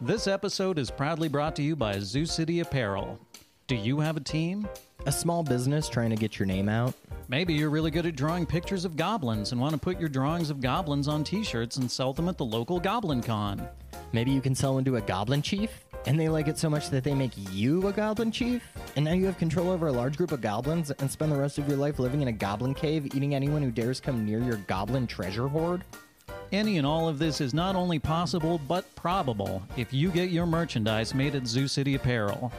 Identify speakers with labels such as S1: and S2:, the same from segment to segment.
S1: This episode is proudly brought to you by Zoo City Apparel. Do you have a team?
S2: A small business trying to get your name out?
S1: Maybe you're really good at drawing pictures of goblins and want to put your drawings of goblins on t shirts and sell them at the local Goblin Con.
S2: Maybe you can sell one to a goblin chief? And they like it so much that they make you a goblin chief? And now you have control over a large group of goblins and spend the rest of your life living in a goblin cave, eating anyone who dares come near your goblin treasure hoard?
S1: Any and all of this is not only possible, but probable if you get your merchandise made at Zoo City Apparel.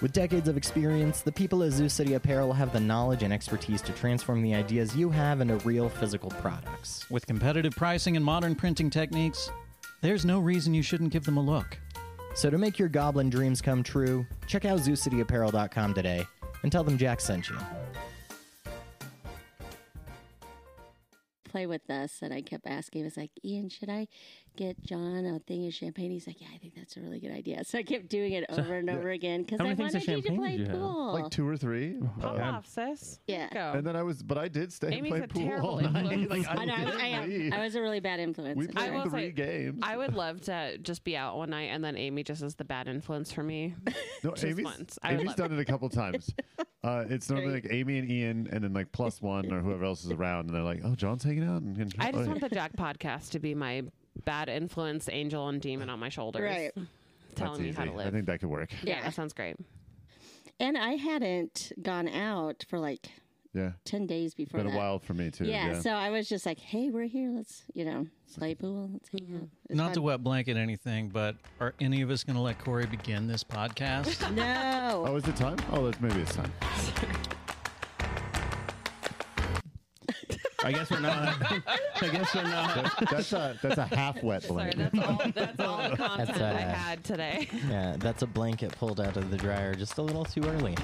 S2: With decades of experience, the people at Zoo City Apparel have the knowledge and expertise to transform the ideas you have into real physical products.
S1: With competitive pricing and modern printing techniques, there's no reason you shouldn't give them a look.
S2: So to make your goblin dreams come true, check out zoocityapparel.com today and tell them Jack sent you.
S3: play with this. And I kept asking, I was like, Ian, should I get John a thing of champagne? He's like, yeah, I think that's a really good idea. So I kept doing it over and over again because
S4: How
S3: I
S4: many things of
S3: wanted you to
S4: champagne
S3: play
S4: did you have?
S3: pool.
S5: Uh-huh.
S6: like two or three.
S4: Uh-huh.
S5: Pop
S6: Uh,
S5: off, sis.
S3: Yeah.
S5: Go.
S6: and then I was, but I did stay
S5: Amy's a
S6: and play pool
S5: terrible
S6: all night.
S5: influence.
S3: I, know, I,
S6: didn't
S3: I, am-
S6: leave.
S3: I was a really bad influence.
S6: we
S3: I'm
S6: played
S3: sorry.
S5: will
S6: three
S5: say,
S6: games.
S5: I would love to just be out one night and then Amy just is the bad influence for me.
S6: no,
S5: just
S6: Amy's,
S5: once. I would
S6: Amy's
S5: love
S6: done it a couple times. Uh, it's normally
S3: Great.
S6: like Amy and Ian, and then like plus one or whoever else is around, and they're like, "Oh, John's hanging out." And, and
S5: I
S6: oh,
S5: just
S6: yeah.
S5: want the Jack podcast to be my bad influence angel and demon on my shoulders.
S3: Right.
S6: That's
S5: Telling me how to
S6: easy. I
S5: live.
S6: think that could work.
S5: yeah,
S3: Yeah.
S5: that sounds great.
S3: And I hadn't gone out for like
S6: Yeah,
S3: 10 days before
S6: been
S3: that.
S6: a while for me too.
S3: yeah, so I was just like, "Hey, we're here. Let's, you know, play pool. Let's hang out." It's
S1: Not to
S3: fun.
S1: wet blanket anything, but are any of us going to let Corey begin this podcast?
S3: No.
S6: Oh, is it time? Oh, that's maybe it's time.
S4: I guess we're not. I guess we're not.
S6: That's, that's a that's a half wet
S5: Sorry,
S6: blanket.
S5: that's all, that's all the content
S2: That's,
S5: I
S2: uh,
S5: had today.
S2: Yeah, that's a blanket pulled out of the dryer just a little too early.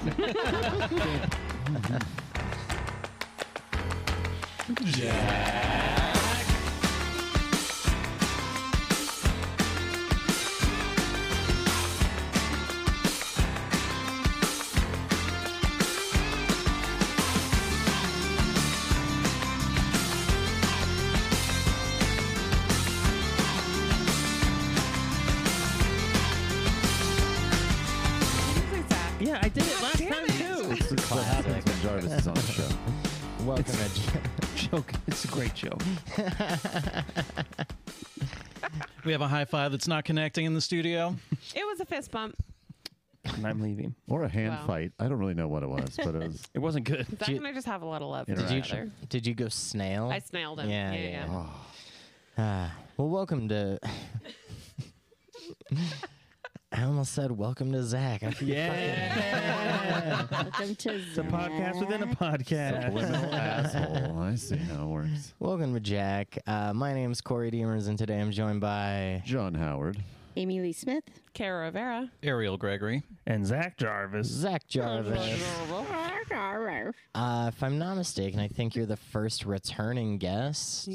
S2: yeah, I did it last time too.
S6: This is what happens when Jarvis is on the show.
S2: Welcome to
S4: Joke. It's a great joke.
S1: we have a high five that's not connecting in the studio.
S5: It was a fist bump.
S4: And I'm leaving.
S6: Or a hand
S5: Wow.
S6: fight. I don't really know what it was, but it was.
S4: It wasn't good.
S5: Zach and I just have a lot of love for each other.
S6: Interaction.
S2: Did you go snail?
S5: I snailed him.
S2: Yeah,
S5: yeah.
S2: yeah.
S5: yeah.
S6: oh.
S2: Ah, well, welcome to. I almost said welcome to Zach. I feel
S6: Oh,
S4: Yeah.
S3: Welcome to
S4: It's a podcast within a podcast.
S6: Subliminal asshole. I see how it works.
S2: Welcome to Jack. Uh, my name's Corey Demers, and today I'm joined by.
S6: John Howard.
S3: Amy Lee Smith.
S5: Cara Rivera.
S1: Ariel Gregory.
S4: And Zach Jarvis.
S2: Zach Jarvis. Uh, if I'm not mistaken, I think you're the first returning guest.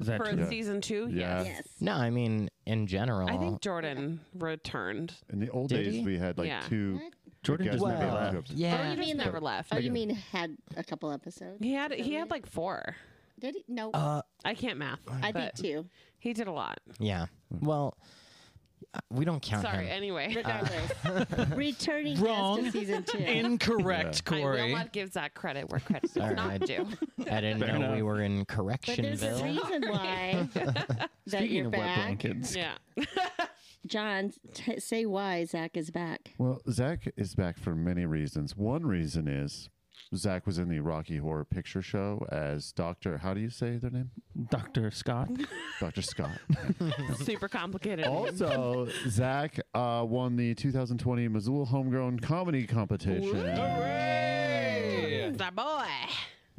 S4: Is that
S5: For
S4: true?
S5: season two,
S6: Yeah.
S5: yes.
S3: Yes.
S2: No, I mean in general.
S5: I think Jordan returned.
S6: In the old
S2: Did
S6: days,
S2: he?
S6: we had like
S5: Yeah.
S6: two.
S3: What?
S4: Jordan
S6: guests
S4: just
S6: that
S4: never
S6: were
S2: well,
S4: left.
S6: backups.
S5: Oh,
S2: yeah.
S5: you mean never left.
S3: Oh, you mean had a couple episodes?
S5: He had he had like four.
S3: Did he? No,
S2: Uh,
S5: I can't math.
S3: I think
S5: but
S3: two.
S5: He did a lot.
S2: yeah. Well, uh, we don't count
S5: Sorry.
S2: him.
S5: Anyway,
S3: Regardless, returning
S1: Wrong.
S3: guest to season two.
S1: Incorrect,
S5: I will
S1: Corey.
S5: not give Zach credit where credit is
S2: Sorry, I-
S5: not due.
S2: I didn't
S4: Fair
S2: know
S4: enough.
S2: we were in
S3: but there's a
S2: Correctionville.
S3: reason why that
S4: Speaking
S3: you're
S4: of wet
S3: back,
S4: blankets,
S5: Yeah.
S3: John. T- say why Zach is back.
S6: Well, Zach is back for many reasons. One reason is Zach was in the Rocky Horror Picture Show as Doctor. How do you say their name?
S4: Dr. Scott.
S6: Doctor Scott.
S5: Super complicated.
S3: Oh.
S6: also, Zach uh, won the 2020 Missoula Homegrown Comedy Competition
S5: The boy.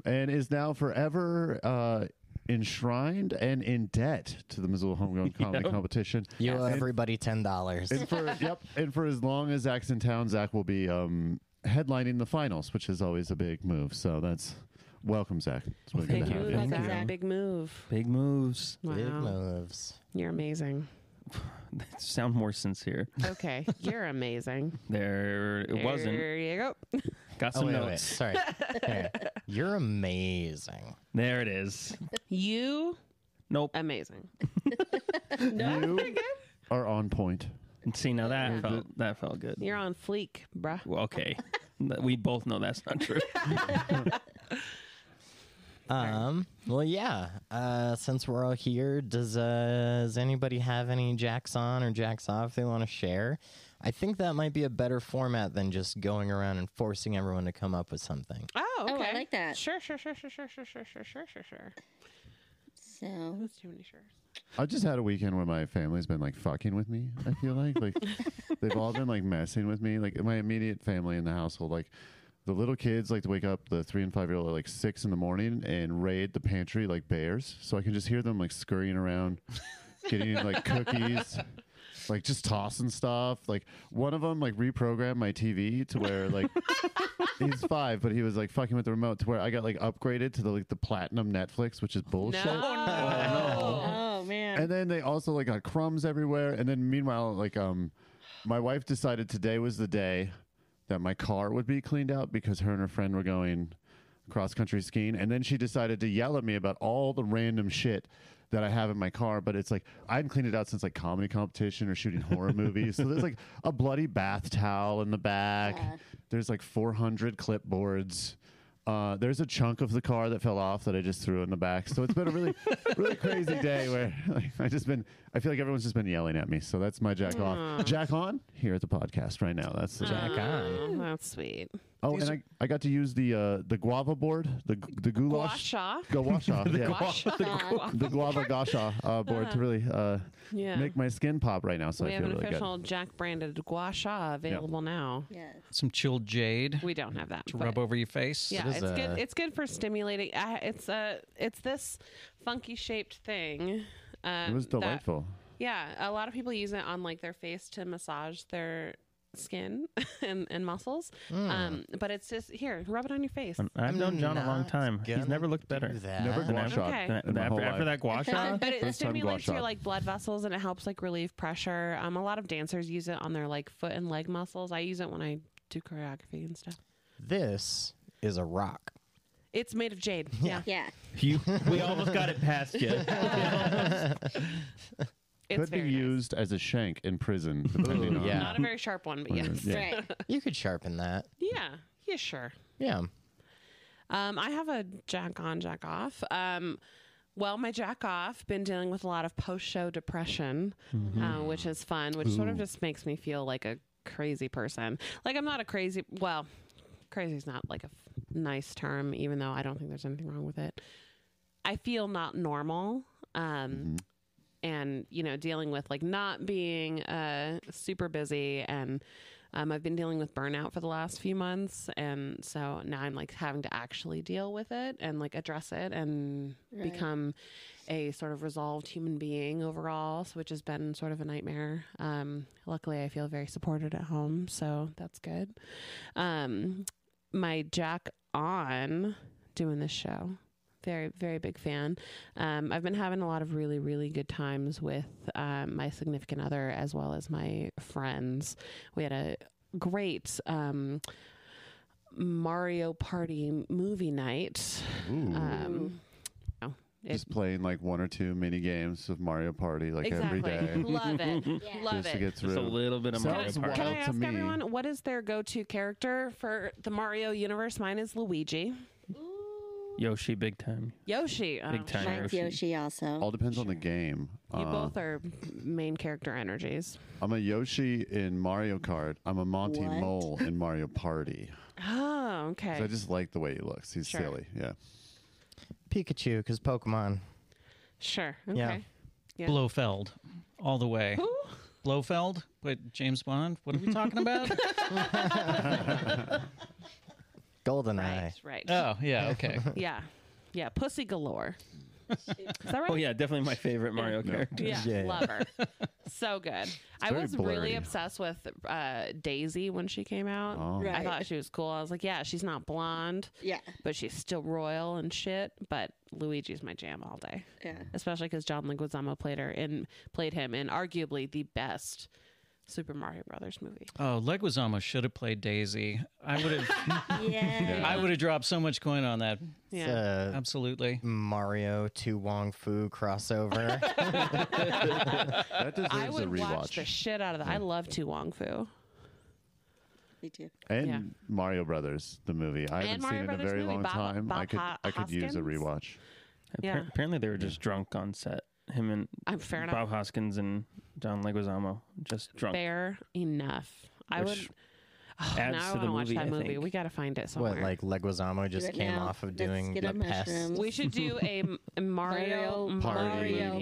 S6: and is now forever. Uh, Enshrined and in debt to the Missoula Homegrown Comedy Competition.
S2: You owe everybody ten dollars.
S6: and for yep, and for as long as Zach's in town, Zach will be um, headlining the finals, which is always a big move. So that's welcome, Zach. It's really
S5: Big
S6: good to have
S5: move.
S6: you.
S5: Zach.
S3: Thank you.
S5: Big move.
S4: Big moves.
S5: Wow.
S2: Big moves.
S5: You're amazing.
S4: That sound more sincere.
S5: Okay. You're amazing.
S4: There it wasn't.
S5: There you go.
S4: Got
S2: Oh
S4: some
S2: wait, wait,
S4: notes.
S2: sorry. Here. You're amazing.
S4: There it is.
S5: You
S4: Nope.
S5: amazing.
S6: You are on point.
S4: And see, now that
S5: Yeah.
S4: felt that felt good.
S5: You're on fleek, bruh.
S4: Well, okay. But we both know that's not true.
S2: Um. Well, yeah. Uh, since we're all here, does uh, does anybody have any jacks on or jacks off they want to share? I think that might be a better format than just going around and forcing everyone to come up with something.
S5: Oh, okay.
S3: Oh, I like that.
S5: Sure, sure, sure, sure, sure, sure, sure, sure, sure, sure, sure.
S3: So
S5: That's too many sures.
S6: I've just had a weekend where my family's been like fucking with me. I feel like like they've all been like messing with me. Like my immediate family in the household, like the little kids like to wake up the three and five year old at like six in the morning and raid the pantry like bears. So I can just hear them like scurrying around, getting like cookies. Like just tossing stuff. Like one of them, like reprogrammed my TV to where like he's five, but he was like fucking with the remote to where I got like upgraded to the like the platinum Netflix, which is bullshit.
S5: Oh, No.
S3: Oh man.
S6: And then they also like got crumbs everywhere. And then meanwhile, like um, my wife decided today was the day that my car would be cleaned out because her and her friend were going cross country skiing. And then she decided to yell at me about all the random shit that I have in my car. But it's like I hadn't cleaned it out since like comedy competition or shooting horror movies. So there's like a bloody bath towel in the back.
S3: Yeah.
S6: There's like 400 clipboards. Uh, there's a chunk of the car that fell off that I just threw in the back. So it's been a really, really crazy day where like, I just been. I feel like everyone's just been yelling at me. So that's my jack off. Jack on here at the podcast right now. That's the
S2: Jack on.
S5: Oh, that's sweet.
S6: Oh, and I, I got to use the uh, the guava board, the g- the goulash,
S5: Washa.
S6: gawasha, yeah.
S5: Washa.
S6: the guava gasha uh, board to really uh,
S5: Uh-huh. Yeah.
S6: make my skin pop right now. So
S5: we
S6: I
S5: have
S6: feel
S5: an
S6: really
S5: official Jack branded gua sha available now.
S3: yes.
S1: Some chilled jade
S5: We don't have that.
S1: to
S5: but-
S1: rub over your face.
S5: Yeah,
S2: is
S5: it's good.
S2: a-
S5: It's good for stimulating. Uh, it's a. It's this funky shaped thing. Um,
S6: good. It was
S5: that-
S6: delightful.
S5: yeah, a lot of people use it on like their face to massage their skin and, and muscles.
S6: Hmm.
S5: Um, but it's just here, rub it on your face.
S4: I'm, I've known John a long
S2: not
S4: time. He's
S2: gonna
S4: never looked better.
S2: do that.
S6: Never
S4: Than
S6: gua
S4: after,
S6: shot.
S5: Okay.
S4: than-
S6: in my whole
S4: after, after that
S6: life.
S4: gua sha.
S5: but it
S6: Uh, First time
S5: stimulates
S6: gua
S5: your
S6: sha.
S5: like blood vessels and it helps like relieve pressure. Um, a lot of dancers use it on their like foot and leg muscles. I use it when I do choreography and stuff.
S2: This is a rock.
S5: It's made of jade. Yeah,
S3: Yeah.
S4: You, we almost got it past you.
S5: it's
S6: Could be
S5: very nice.
S6: used as a shank in prison. Depending on
S2: yeah.
S5: Not a very sharp one, but
S6: Yeah.
S5: yes.
S6: Yeah.
S3: Right.
S2: You could sharpen that.
S5: Yeah. Yeah, sure.
S2: Yeah.
S5: Um, I have a jack on, jack off. Um, well, my jack off been dealing with a lot of post show depression,
S6: Mm-hmm.
S5: uh, which is fun, which sort of just makes me feel like a crazy person. Like I'm not a crazy. Well, crazy is not like a f- nice term, even though I don't think there's anything wrong with it. I feel not normal. Um, And you know, dealing with like not being uh, super busy, and um, I've been dealing with burnout for the last few months, and so now I'm like having to actually deal with it and like address it and
S3: Right.
S5: become a sort of resolved human being overall, so- which has been sort of a nightmare. Um, luckily, I feel very supported at home, so that's good. Um, my Jack on doing this show. Very, very big fan. Um, I've been having a lot of really, really good times with um, my significant other as well as my friends. We had a great um, Mario Party movie night.
S6: Ooh.
S5: Um, oh, it-
S6: just playing like one or two mini games of Mario Party like every
S5: exactly.
S6: day.
S5: Love it.
S3: Yeah.
S5: Love
S6: just to
S5: it.
S6: get through.
S4: Just a little bit of Mario
S6: Sounds
S4: Party.
S5: Can
S6: wild
S5: I
S6: to
S5: ask
S6: me.
S5: everyone what is their go-to character for the Mario universe? Mine is Luigi.
S4: Yoshi, big time.
S5: Yoshi. Oh,
S4: Big time.
S3: Mine's Yoshi also.
S6: All depends on the game.
S5: You
S6: Uh,
S5: both are main character energies.
S6: I'm a Yoshi in Mario Kart. I'm a Monty
S3: What?
S6: Mole in Mario Party.
S5: Oh,
S6: 'Cause
S5: okay.
S6: I just like the way he looks. He's
S5: Sure.
S6: silly. Yeah.
S2: Pikachu, because Pokemon.
S5: sure. Okay.
S2: Yeah.
S5: Yeah.
S1: Blofeld, all the way.
S5: Who?
S1: Blofeld with James Bond. What are we talking about?
S2: Goldeneye.
S5: Right. Right.
S1: oh, yeah, okay.
S5: Yeah. Yeah. Pussy galore. Is that right?
S4: Oh yeah, definitely my favorite Mario character.
S5: Yeah,
S2: Yeah.
S5: love her. so good. I
S6: very
S5: was
S6: blurry.
S5: really obsessed with uh, Daisy when she came out.
S6: Oh.
S3: Right.
S5: I thought she was cool. I was like, yeah, she's not blonde,
S3: yeah.
S5: but she's still royal and shit. But Luigi's my jam all day,
S3: Yeah.
S5: especially because John Leguizamo played her and played him in arguably the best Super Mario Brothers movie.
S1: Oh, Leguizamo should have played Daisy. I would have.
S3: Yeah.
S1: I would have dropped so much coin on that.
S5: Yeah.
S4: Um,
S2: Uh,
S1: Absolutely.
S2: Mario to Wong Fu crossover.
S6: That deserves
S5: I would
S6: a rewatch.
S5: watch the shit out of that. I love Tu Wong Fu.
S3: Me too.
S6: and
S5: yeah.
S6: Mario Brothers, the movie. I haven't
S5: And
S6: seen
S5: Mario
S6: it in a
S5: Brothers
S6: very
S5: movie,
S6: long
S5: Bob-
S6: time. I
S5: Bob
S6: could
S5: Ho-
S6: I could use a
S5: Hoskins?
S6: rewatch.
S5: Yeah.
S4: Appar- Apparently they were just drunk on set. Him and
S5: I'm fair enough.
S4: Bob Hoskins and John Leguizamo just drunk.
S5: Fair enough. I would.
S4: Which
S5: Oh,
S4: adds
S5: now I
S4: to
S5: want
S4: the
S5: to watch
S4: movie,
S5: that
S4: I
S5: movie.
S4: think.
S5: We got to find it somewhere.
S2: what, like Leguizamo just
S3: it
S2: came
S3: now.
S2: off of
S3: Let's
S2: doing
S3: get
S2: the
S3: a mushroom.
S2: pest?
S5: we should do a m- Mario
S3: Mario
S6: Party,
S5: Mario
S6: Mario,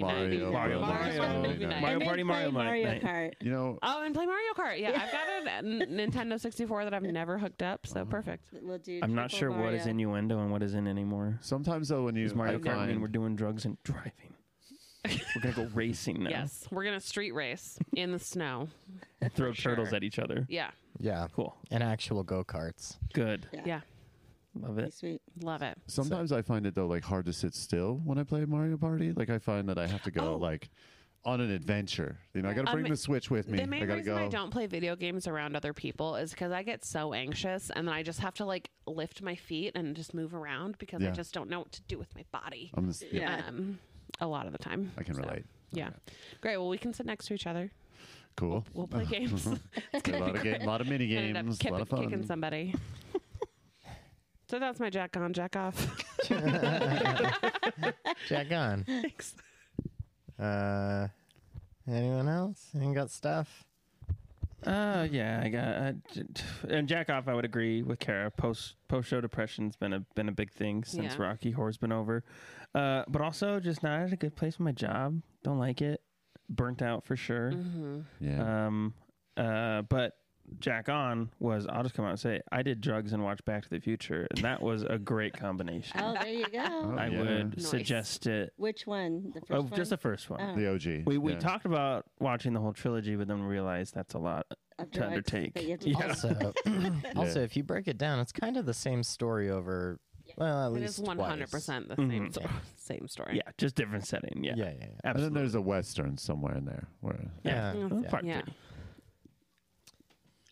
S6: Mario,
S5: Mario,
S6: Mario,
S5: movie night.
S4: Mario
S3: And then
S4: Party, Mario
S3: play
S4: Night,
S3: Mario
S4: night.
S3: Kart.
S6: You know,
S5: Oh, and play Mario Kart. Yeah, I've got a N- Nintendo 64 that I've never hooked up,
S6: Uh-huh.
S5: so perfect.
S3: We'll do.
S4: I'm not sure
S3: triple
S4: what is
S3: Mario.
S4: innuendo and what isn't anymore.
S6: sometimes though when you
S4: Is Mario
S6: I
S4: Kart I mean
S6: find-
S4: we're doing drugs and driving? we're gonna go racing now.
S5: Yes, we're gonna street race in the snow.
S4: Throw
S5: sure.
S4: turtles at each other.
S5: Yeah,
S2: Yeah,
S4: Cool.
S2: and actual go karts.
S4: Good.
S3: Yeah.
S5: yeah,
S4: Love it.
S3: Sweet.
S5: love it.
S6: Sometimes I find it though like hard to sit still when I play Mario Party. Like I find that I have to go
S5: Oh.
S6: like on an adventure. You know, I got to
S5: Um,
S6: bring the Switch with me.
S5: The main
S6: I got to
S5: reason
S6: go.
S5: I don't play video games around other people is because I get so anxious, and then I just have to like lift my feet and just move around because I
S6: Yeah.
S5: just don't know what to do with my body.
S6: I'm just, yeah,
S3: Yeah.
S5: Um, a lot of the time.
S6: I can
S5: So,
S6: relate.
S5: Yeah, great. Well, we can sit next to each other.
S6: Cool.
S5: We'll play games. it's
S6: a
S5: gonna
S6: lot
S5: be
S6: of game, lot of mini
S5: ended up
S6: Uh-huh. games, a
S5: kip-
S6: lot of fun.
S5: kicking somebody. so that's my jack on, jack off. Mm-hmm.
S2: Jack on.
S5: Thanks.
S2: Uh, anyone else? Anyone got stuff?
S4: Uh, yeah, I got uh, j- t- and jack off. I would agree with Kara. Post post show depression's been a been a big thing since
S5: Yeah.
S4: Rocky Horror's been over, uh, but also just not at a good place with my job. Don't like it. Burnt out for sure.
S6: Yeah.
S4: Um, uh, but jack on was I'll just come out and say I did drugs and watched Back to the Future, and that was a great combination.
S3: Oh, there you go.
S6: Oh,
S4: I
S6: yeah.
S4: would
S5: Nice.
S4: suggest it.
S3: Which one? The first
S4: Oh,
S3: one.
S4: just the first one.
S3: Oh.
S6: the OG.
S4: We we
S6: yeah.
S4: talked about watching the whole trilogy, but then realized that's a lot
S3: Of
S4: to
S3: drugs
S4: undertake.
S3: that you have to
S4: Yeah.
S3: do.
S2: Also, also, if you break it down, it's kind of the same story over. Well, at
S5: It
S2: least
S5: is one hundred
S2: twice.
S5: percent the
S6: Mm-hmm.
S5: same
S4: Mhm.
S5: so- same story.
S4: yeah, just different setting. Yeah,
S2: Yeah, yeah, yeah.
S6: And then
S4: absolutely.
S6: there's a western somewhere in there. Where
S4: Yeah.
S2: Yeah.
S4: Oh,
S2: Yeah.
S4: fuck
S5: Yeah.
S4: it.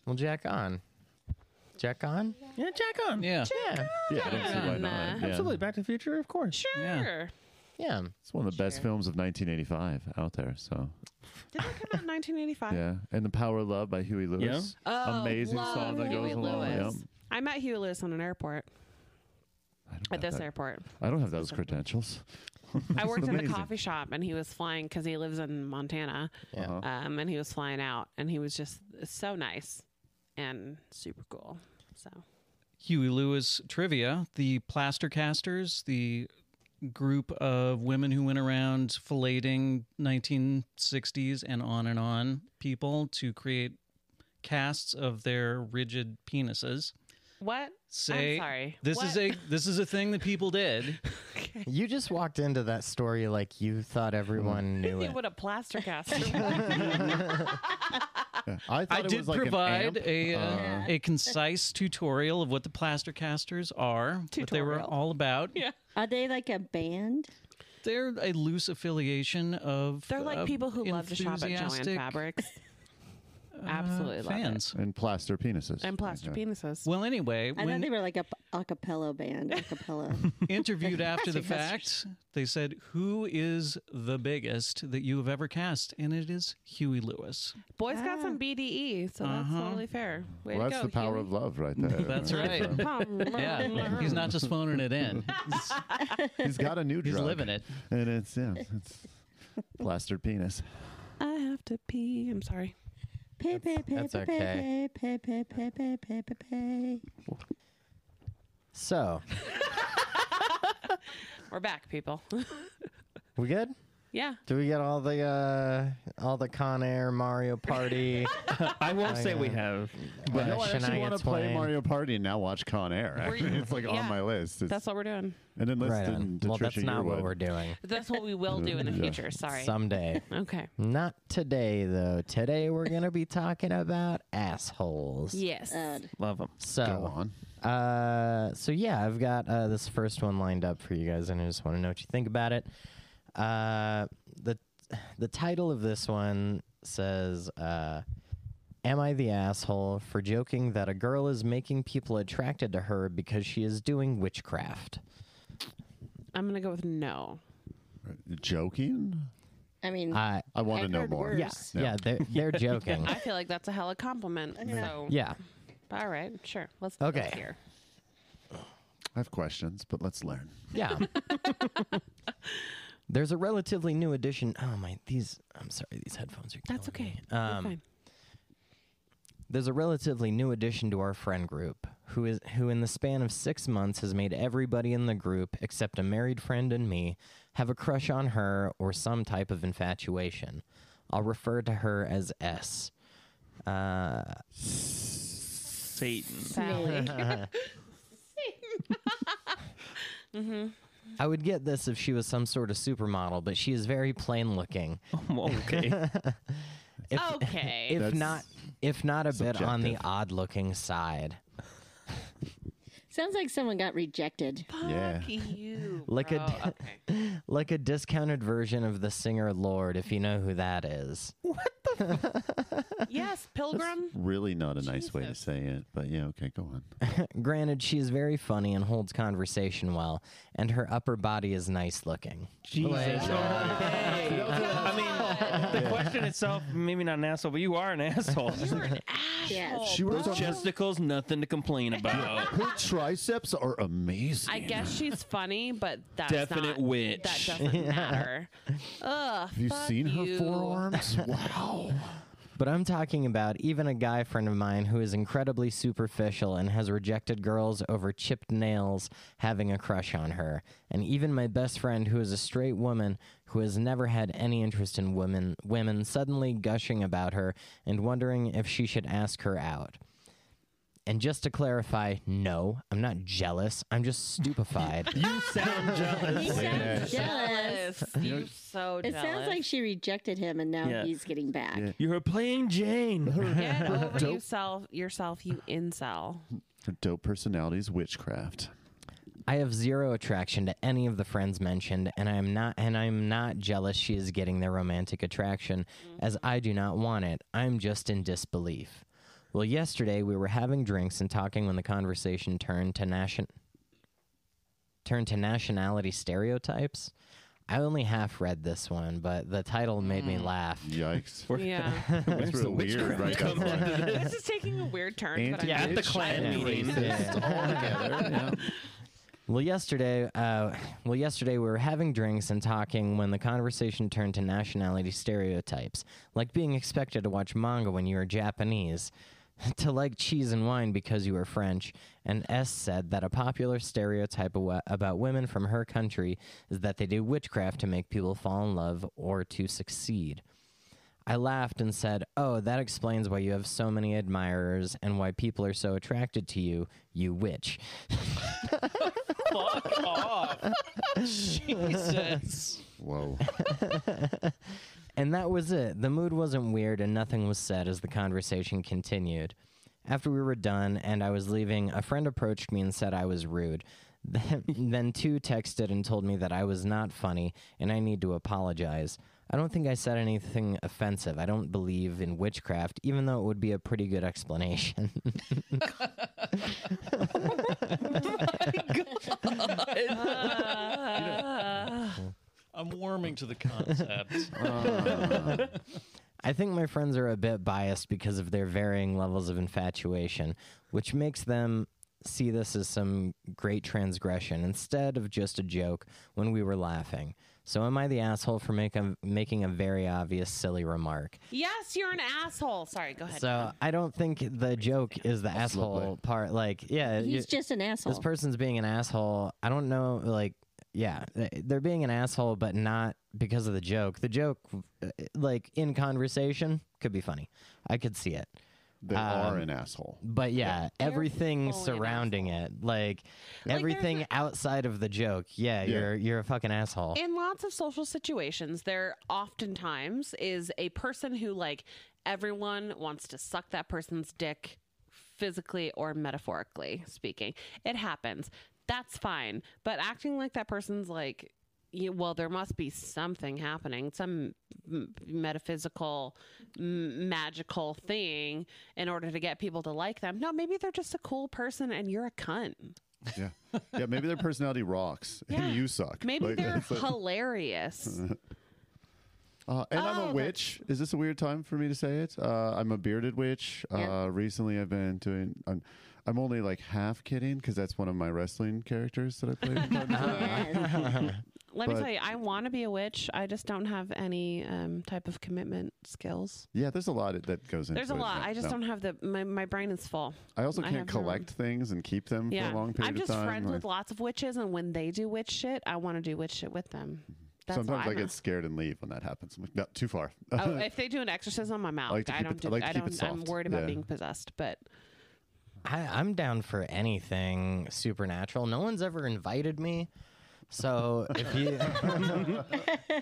S2: Well, Jack on. Jack on.
S4: Yeah, Jack on.
S1: Yeah.
S2: Yeah,
S6: yeah, I don't see why
S5: on, uh,
S6: not. Yeah.
S4: Absolutely. Back to the Future, of course.
S5: Sure.
S1: Yeah.
S2: yeah.
S6: It's one of the best films of 1985 out there. So
S5: Did that come out in nineteen eighty five?
S6: yeah, and the Power of Love by Huey Lewis.
S5: Oh,
S6: Amazing
S5: love
S6: song that
S5: Huey
S6: goes along.
S5: Lewis.
S6: yeah.
S5: I met Huey Lewis on an airport.
S6: I don't
S5: At
S6: have
S5: this
S6: that-
S5: airport,
S6: I don't have those credentials.
S5: I worked in a
S6: amazing.
S5: coffee shop, and he was flying because he lives in Montana.
S2: Yeah.
S6: Uh-huh.
S5: um, and he was flying out, and he was just so nice and super cool. So
S1: Huey Lewis trivia: the plaster casters, the group of women who went around filleting 1960s and on and on people to create casts of their rigid penises.
S5: what?
S1: Say,
S5: I'm sorry.
S1: this is
S5: is
S1: a this is a thing that people did.
S2: You just walked into that story like you thought everyone knew
S5: He
S2: it.
S5: would have plaster caster.
S6: I, thought
S1: I
S6: it
S1: did
S6: was like an
S1: provide
S6: amp.
S1: a uh,
S6: Uh,
S1: a concise tutorial of what the plaster casters are, what they were
S5: Tutorial.
S1: all about.
S5: yeah.
S3: Are they like a band?
S1: They're a loose affiliation of
S5: They're like
S6: Um,
S1: uh,
S5: people who love to shop at Joann
S1: enthusiastic,
S5: Fabrics.
S1: uh,
S5: Absolutely love it.
S1: fans.
S6: and plaster penises
S5: and plaster
S6: Yeah.
S5: penises.
S1: Well, anyway,
S3: I thought they
S1: when
S3: were like a a cappella band. A cappella.
S1: interviewed after the fact, they said, "Who is the biggest that you have ever cast?" And it is Huey Lewis.
S5: Boys got some BDE, E, so that's
S1: Uh-huh.
S5: totally fair. Way
S6: Ah. Well,
S5: to
S6: that's
S5: go,
S6: the power of love right there.
S1: That's right. Yeah, he's not just phoning it in; he's,
S6: He's got a new
S1: he's
S6: drug.
S1: living it.
S6: And it's, yeah, it's plastered penis.
S5: I have to pee. I'm sorry.
S3: Pay, pay, pay,
S2: that's
S3: pay,
S2: okay.
S3: Pay, pay, pay, pay, pay, pay, pay.
S2: So,
S5: We're back, people.
S2: we good?
S5: yeah.
S2: Do we get all the uh, all the Con Air Mario Party?
S4: I won't
S2: I,
S4: say we
S2: uh,
S4: have.
S6: But no, I
S2: Shania
S6: actually want to play
S2: Twain.
S6: Mario Party and now watch Con Air.
S5: Were you-
S6: Actually, it's like
S5: yeah.
S6: on my list. It's,
S5: That's what we're doing.
S6: and then
S2: Right
S6: listen
S2: on.
S6: to
S2: Well,
S6: Trisha
S2: that's not what
S6: Yearwood.
S2: we're doing.
S5: That's what we will do in the
S6: Yeah.
S5: future. Sorry.
S2: Someday.
S5: okay.
S2: Not today, though. Today we're going to be talking about assholes.
S5: Yes.
S3: Uh,
S4: Love them.
S6: Go
S2: So,
S6: on.
S2: uh, so yeah, I've got uh, this first one lined up for you guys, and I just want to know what you think about it. Uh, the the title of this one says uh, Am I the asshole for joking that a girl is making people attracted to her because she is doing witchcraft?
S5: I'm gonna go with no.
S6: Joking?
S3: I mean,
S2: I
S6: I want to
S3: I've
S6: know
S3: heard
S6: more.
S3: worse.
S2: yeah,
S6: No.
S2: yeah, they're, they're joking.
S5: Mm. I feel like that's a hella compliment. So
S2: yeah.
S5: all right, sure. Let's
S2: Okay.
S5: let's hear.
S6: I have questions, but let's learn.
S2: Yeah. There's a relatively new edition. Oh my, these. I'm sorry, these headphones are.
S5: That's
S2: killing
S5: okay.
S2: me. Um,
S5: Fine.
S2: There's a relatively new addition to our friend group who is who in the span of 6 months has made everybody in the group except a married friend and me have a crush on her or some type of infatuation. I'll refer to her as S. Uh,
S4: Satan.
S5: Sally.
S2: I would get this if she was some sort of supermodel, but she is very plain looking.
S4: okay.
S5: okay.
S2: If
S6: That's
S2: not if not a bit on the
S6: subjective.
S2: odd looking side.
S3: sounds like someone got rejected.
S6: Yeah.
S5: Fuck you.
S2: Like a
S5: bro.
S2: d-
S5: okay.
S2: Like a discounted version of the singer Lord if you know who that is.
S5: yes, pilgrim.
S6: Really not a nice way to
S5: Jesus.
S6: say it, but yeah, okay, go on.
S2: Granted, she is very funny and holds conversation well, and her upper body is nice looking.
S4: Jesus.
S1: uh,
S4: I mean, the question itself, maybe not an asshole, but you are an asshole.
S5: You're an
S3: Yes.
S5: asshole.
S6: She was
S5: bro.
S6: on-
S4: Chesticles, nothing to complain about.
S6: Her triceps are amazing.
S5: I guess she's funny, but that's
S4: Definite
S5: not,
S4: witch.
S5: That doesn't matter. Ugh.
S6: Have you
S5: fuck
S6: seen
S5: you.
S6: her forearms? Wow.
S2: But I'm talking about even a guy friend of mine who is incredibly superficial and has rejected girls over chipped nails having a crush on her, and even my best friend who is a straight woman who has never had any interest in women women suddenly gushing about her and wondering if she should ask her out. And just to clarify, no, I'm not jealous. I'm just stupefied.
S4: You sound
S3: He
S4: jealous.
S3: sounds
S6: Yeah.
S3: jealous.
S5: Jealous. You're so
S3: It
S5: jealous.
S3: sounds like she rejected him and now
S4: Yeah.
S3: he's getting back.
S6: Yeah.
S4: You're playing Jane.
S5: Get over yourself, yourself, you incel.
S6: Her dope personalities, witchcraft.
S2: I have zero attraction to any of the friends mentioned, and I am not and I am not jealous she is getting their romantic attraction, as I do not want it. I am just in disbelief. Well, yesterday we were having drinks and talking when the conversation turned to nation turned to nationality stereotypes. I only half read this one, but the title made me laugh.
S6: Yikes.
S5: Yeah.
S6: That's real weird, right? down the line.
S5: this is taking a weird turn. but I'm
S6: Anti-bitch,
S4: at the clan
S6: and
S4: meeting.
S6: racist all together. Yeah.
S2: Well, yesterday, uh, well, yesterday we were having drinks and talking when the conversation turned to nationality stereotypes, like being expected to watch manga when you were Japanese, to like cheese and wine because you were French. And S said that a popular stereotype awa- about women from her country is that they do witchcraft to make people fall in love or to succeed. I laughed and said, "Oh, that explains why you have so many admirers and why people are so attracted to you, you witch."
S4: Fuck off. Jesus.
S6: Whoa.
S2: And that was it. The mood wasn't weird and nothing was said as the conversation continued. After we were done and I was leaving, a friend approached me and said I was rude. Then, then two texted and told me that I was not funny and I need to apologize. I don't think I said anything offensive. I don't believe in witchcraft, even though it would be a pretty good explanation.
S1: I'm warming to the concept.
S2: I think my friends are a bit biased because of their varying levels of infatuation, which makes them see this as some great transgression instead of just a joke when we were laughing. So am I the asshole for make a, making a very obvious silly remark?
S5: Yes, you're an asshole. Sorry, go ahead.
S2: So I don't think the joke is the asshole
S6: lovely.
S2: part. Like, yeah, you-
S3: He's just an asshole.
S2: this person's being an asshole. I don't know, like, yeah, th- they're being an asshole, but not because of the joke. The joke, uh, like in conversation, could be funny. I could see it.
S6: They are
S4: Um,
S6: an asshole.
S2: But yeah, everything
S5: fully an
S2: surrounding it, like,
S5: there's
S2: everything outside of the joke, yeah,
S6: Yeah.
S2: you're you're a fucking asshole.
S5: in lots of social situations there oftentimes is a person who like everyone wants to suck that person's dick physically or metaphorically speaking it happens that's fine but acting like that person's like yeah, well, there must be something happening, some m- metaphysical, m- magical thing in order to get people to like them. No, maybe they're just a cool person and you're a cunt.
S6: Yeah. Yeah. Maybe their personality rocks
S5: Yeah.
S6: and you suck.
S5: Maybe
S6: Like,
S5: they're
S6: it's like,
S5: hilarious.
S6: uh, and I'm a
S5: Oh,
S6: witch. Is this a weird time for me to say it? Uh, I'm a bearded witch.
S3: Yeah.
S6: Uh, recently, I've been doing. I'm, I'm only like half kidding because that's one of my wrestling characters that I play. from time to time.
S3: Yes.
S5: Let me
S6: But-
S5: tell you, I want to be a witch. I just don't have any um, type of commitment skills.
S6: yeah, there's a lot that goes into.
S5: There's a
S6: it.
S5: lot.
S6: No,
S5: I just
S6: no.
S5: don't have the my, my brain is full.
S6: I also
S5: I
S6: can't
S5: have no-
S6: collect things and keep them
S5: Yeah,
S6: for a long period
S5: I'm just
S6: of time.
S5: friends
S6: Like,
S5: with lots of witches, and when they do witch shit, I want to do witch shit with them. That's why
S6: sometimes I
S5: I'm
S6: get
S5: a-
S6: scared and leave when that happens. I'm like, no, too far.
S5: Oh, if they do an exorcism, I'm out. I,
S6: like to keep
S5: don't.
S6: it-
S5: do,
S6: I like to
S5: I
S6: keep it
S5: don't. I'm
S6: soft.
S5: worried about
S6: Yeah.
S5: being possessed. But
S2: I, I'm down for anything supernatural. No one's ever invited me. So if you,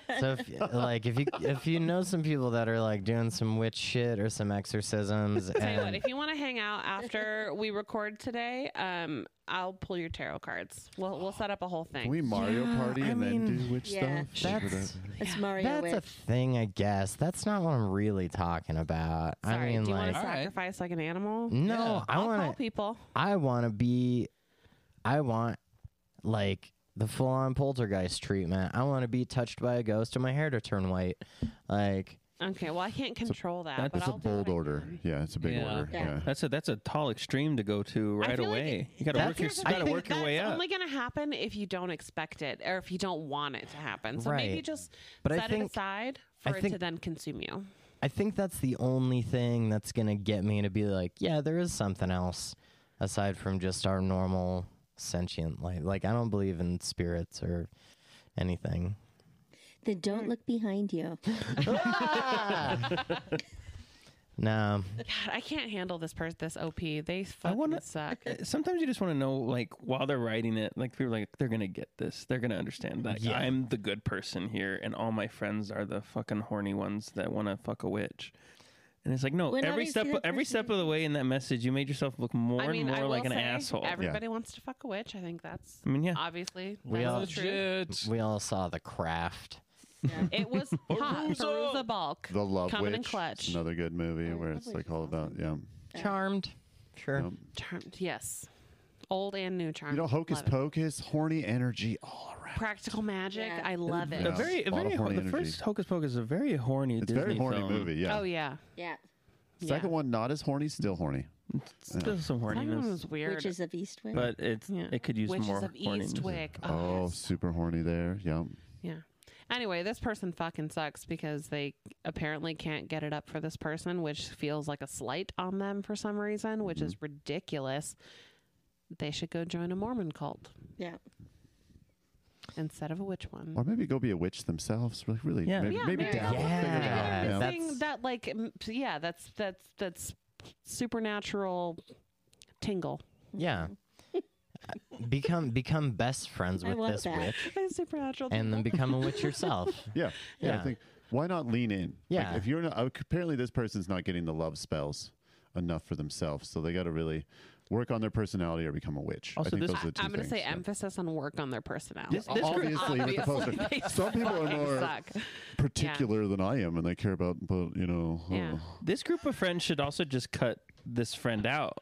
S2: so if, like if you if you know some people that are like doing some witch shit or some exorcisms,
S5: tell you what,
S2: and
S5: if you want to hang out after we record today, um, I'll pull your tarot cards. We'll we'll set up a whole
S6: Can
S5: thing.
S6: we Mario
S2: Yeah,
S6: party
S2: I
S6: and then
S2: mean-
S6: do witch
S3: Yeah.
S6: stuff? Or
S2: That's-
S6: whatever.
S3: It's Mario
S2: that's a
S3: Witch.
S2: thing, I guess. That's not what I'm really talking about.
S5: Sorry,
S2: I mean,
S5: do you
S2: like,
S5: want to
S1: All right.
S5: sacrifice like an
S6: Mm,
S5: animal?
S2: no,
S1: Yeah.
S2: I
S5: I'll call
S2: want to,
S5: people.
S2: I want to be, I want like the full on poltergeist treatment. I want to be touched by a ghost and my hair to turn white, like.
S5: Okay, well I can't control that. but
S6: That's a
S5: I'll do what
S6: bold
S5: I
S6: order.
S5: can.
S6: Yeah, it's a big
S1: Yeah.
S6: order.
S3: Yeah.
S6: Yeah.
S4: That's a that's a tall extreme to go to
S5: I
S4: right
S5: feel like-
S4: away. you gotta
S2: That's-
S4: work your you
S5: I
S4: gotta
S5: think
S4: work your way
S5: That's
S4: up.
S5: only going to happen if you don't expect it or if you don't want it to happen. So maybe
S2: Right.
S5: just
S2: But I
S5: set it
S2: think-
S5: aside
S2: I
S5: for it to
S2: think-
S5: then consume you.
S2: I think that's the only thing that's gonna get me to be like, yeah, there is something else aside from just our normal sentient life. Like I don't believe in spirits or anything.
S3: Then don't look behind you.
S2: No.
S5: God, I can't handle this person. This op, they fucking
S4: wanna-
S5: suck.
S4: Uh, Sometimes you just want to know, like while they're writing it, like people are like they're gonna get this, they're gonna understand that
S2: Yeah.
S4: I'm the good person here, and all my friends are the fucking horny ones that want to fuck a witch. And it's like, no,
S3: Whenever
S4: every
S3: you see
S4: step,
S3: that
S4: every
S3: person-
S4: step of the way in that message, you made yourself look more
S5: I mean,
S4: and
S5: I
S4: more
S5: will
S4: like an
S5: say
S4: asshole.
S5: Everybody wants to fuck a witch. I think that's
S4: I mean, yeah,
S5: obviously
S2: We
S5: that's
S2: all-
S5: the truth.
S1: Legit.
S2: We all saw the craft.
S5: It was hot. Perusa Balk.
S6: The Love
S5: Coming
S6: Witch.
S5: in clutch.
S6: It's another good movie
S3: Oh,
S6: where
S3: Love
S6: it's
S3: Witch
S6: like
S3: is
S6: all
S3: awesome.
S6: about yeah.
S2: Charmed. Sure.
S6: Yep.
S5: Charmed. Yes, old and new charm.
S6: You know, hocus
S5: Love it.
S6: pocus, horny energy all around.
S5: Practical magic.
S3: Yeah.
S5: I love it.
S6: Yeah.
S4: a very, a
S6: Lot of
S4: very,
S6: horny
S4: the
S6: energy.
S4: first Hocus Pocus is a very horny.
S6: It's a
S4: Disney
S6: very horny
S4: film.
S6: movie. Yeah.
S5: Oh yeah.
S3: Yeah.
S6: Second one, not as horny, still horny.
S4: It's still some
S5: That one was
S4: horniness,
S5: weird.
S3: Witches of Eastwick.
S4: but it's
S5: Yeah.
S4: it could use
S5: Witches
S4: more
S5: of
S4: horniness.
S5: Eastwick. Oh,
S6: Oh,
S5: yes.
S6: super horny there. Yep.
S5: Yeah. Anyway, this person fucking sucks because they apparently can't get it up for this person, which feels like a slight on them for some reason, which
S6: Mm-hmm.
S5: is ridiculous. They should go join a Mormon cult
S3: yeah.
S5: instead of a witch one.
S6: Or maybe go be a witch themselves. Like really,
S4: Yeah.
S6: maybe,
S5: Yeah,
S6: maybe
S5: maybe
S6: dabble.
S5: go-
S6: Figure it
S2: maybe go
S6: out. Yeah.
S2: to
S5: Thing
S2: that's-
S5: that like m- yeah, that's that's that's supernatural tingle.
S2: Yeah. become become best friends
S3: I
S2: with
S3: love
S2: this
S3: that.
S2: witch
S5: supernatural
S2: and then
S5: tingle.
S2: become a witch yourself.
S6: Yeah. yeah, I
S2: Yeah.
S6: think why not lean in? Like,
S2: Yeah.
S6: if you're not, uh, apparently this person's not getting the love spells enough for themselves, so they got to really work on their personality or become a witch. I
S4: Also,
S6: think
S4: this-
S6: those are the two
S5: I'm gonna
S6: things,
S5: say
S6: yeah.
S5: emphasis on work on their personality.
S4: This- this group-
S6: obviously, with the
S5: Obviously,
S6: poster.
S5: they
S6: Some people are
S5: fucking
S6: more
S5: suck.
S6: particular than I am, and they care about, but you know,
S5: Yeah.
S6: oh.
S4: This group of friends should also just cut this friend out.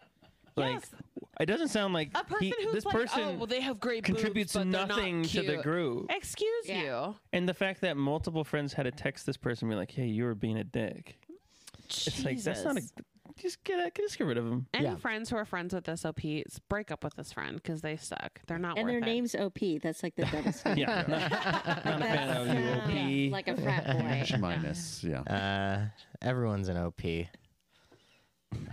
S4: Like,
S5: Yes.
S4: it doesn't sound like
S5: a person
S4: he-
S5: who's
S4: this
S5: like,
S4: person
S5: oh, well, they have great boobs,
S4: contributes
S5: but they're not
S4: nothing to the
S5: cute."
S4: group.
S5: Excuse
S3: Yeah.
S5: you.
S4: And the fact that multiple friends had to text this person, and be like, "Hey, you were being a dick." It's like that's not a.
S5: Jesus.
S4: Just get out, just get rid of him.
S5: Any
S2: Yeah.
S5: friends who are friends with this OP, s- break up with this friend because they suck. They're not
S3: and
S5: worth
S3: their
S5: it.
S3: name's OP. That's like the dumbest thing.
S4: Yeah, not, not a fan of you,
S3: That's, uh,
S4: OP.
S3: Like a frat boy.
S6: H minus, yeah.
S2: Uh, everyone's an OP.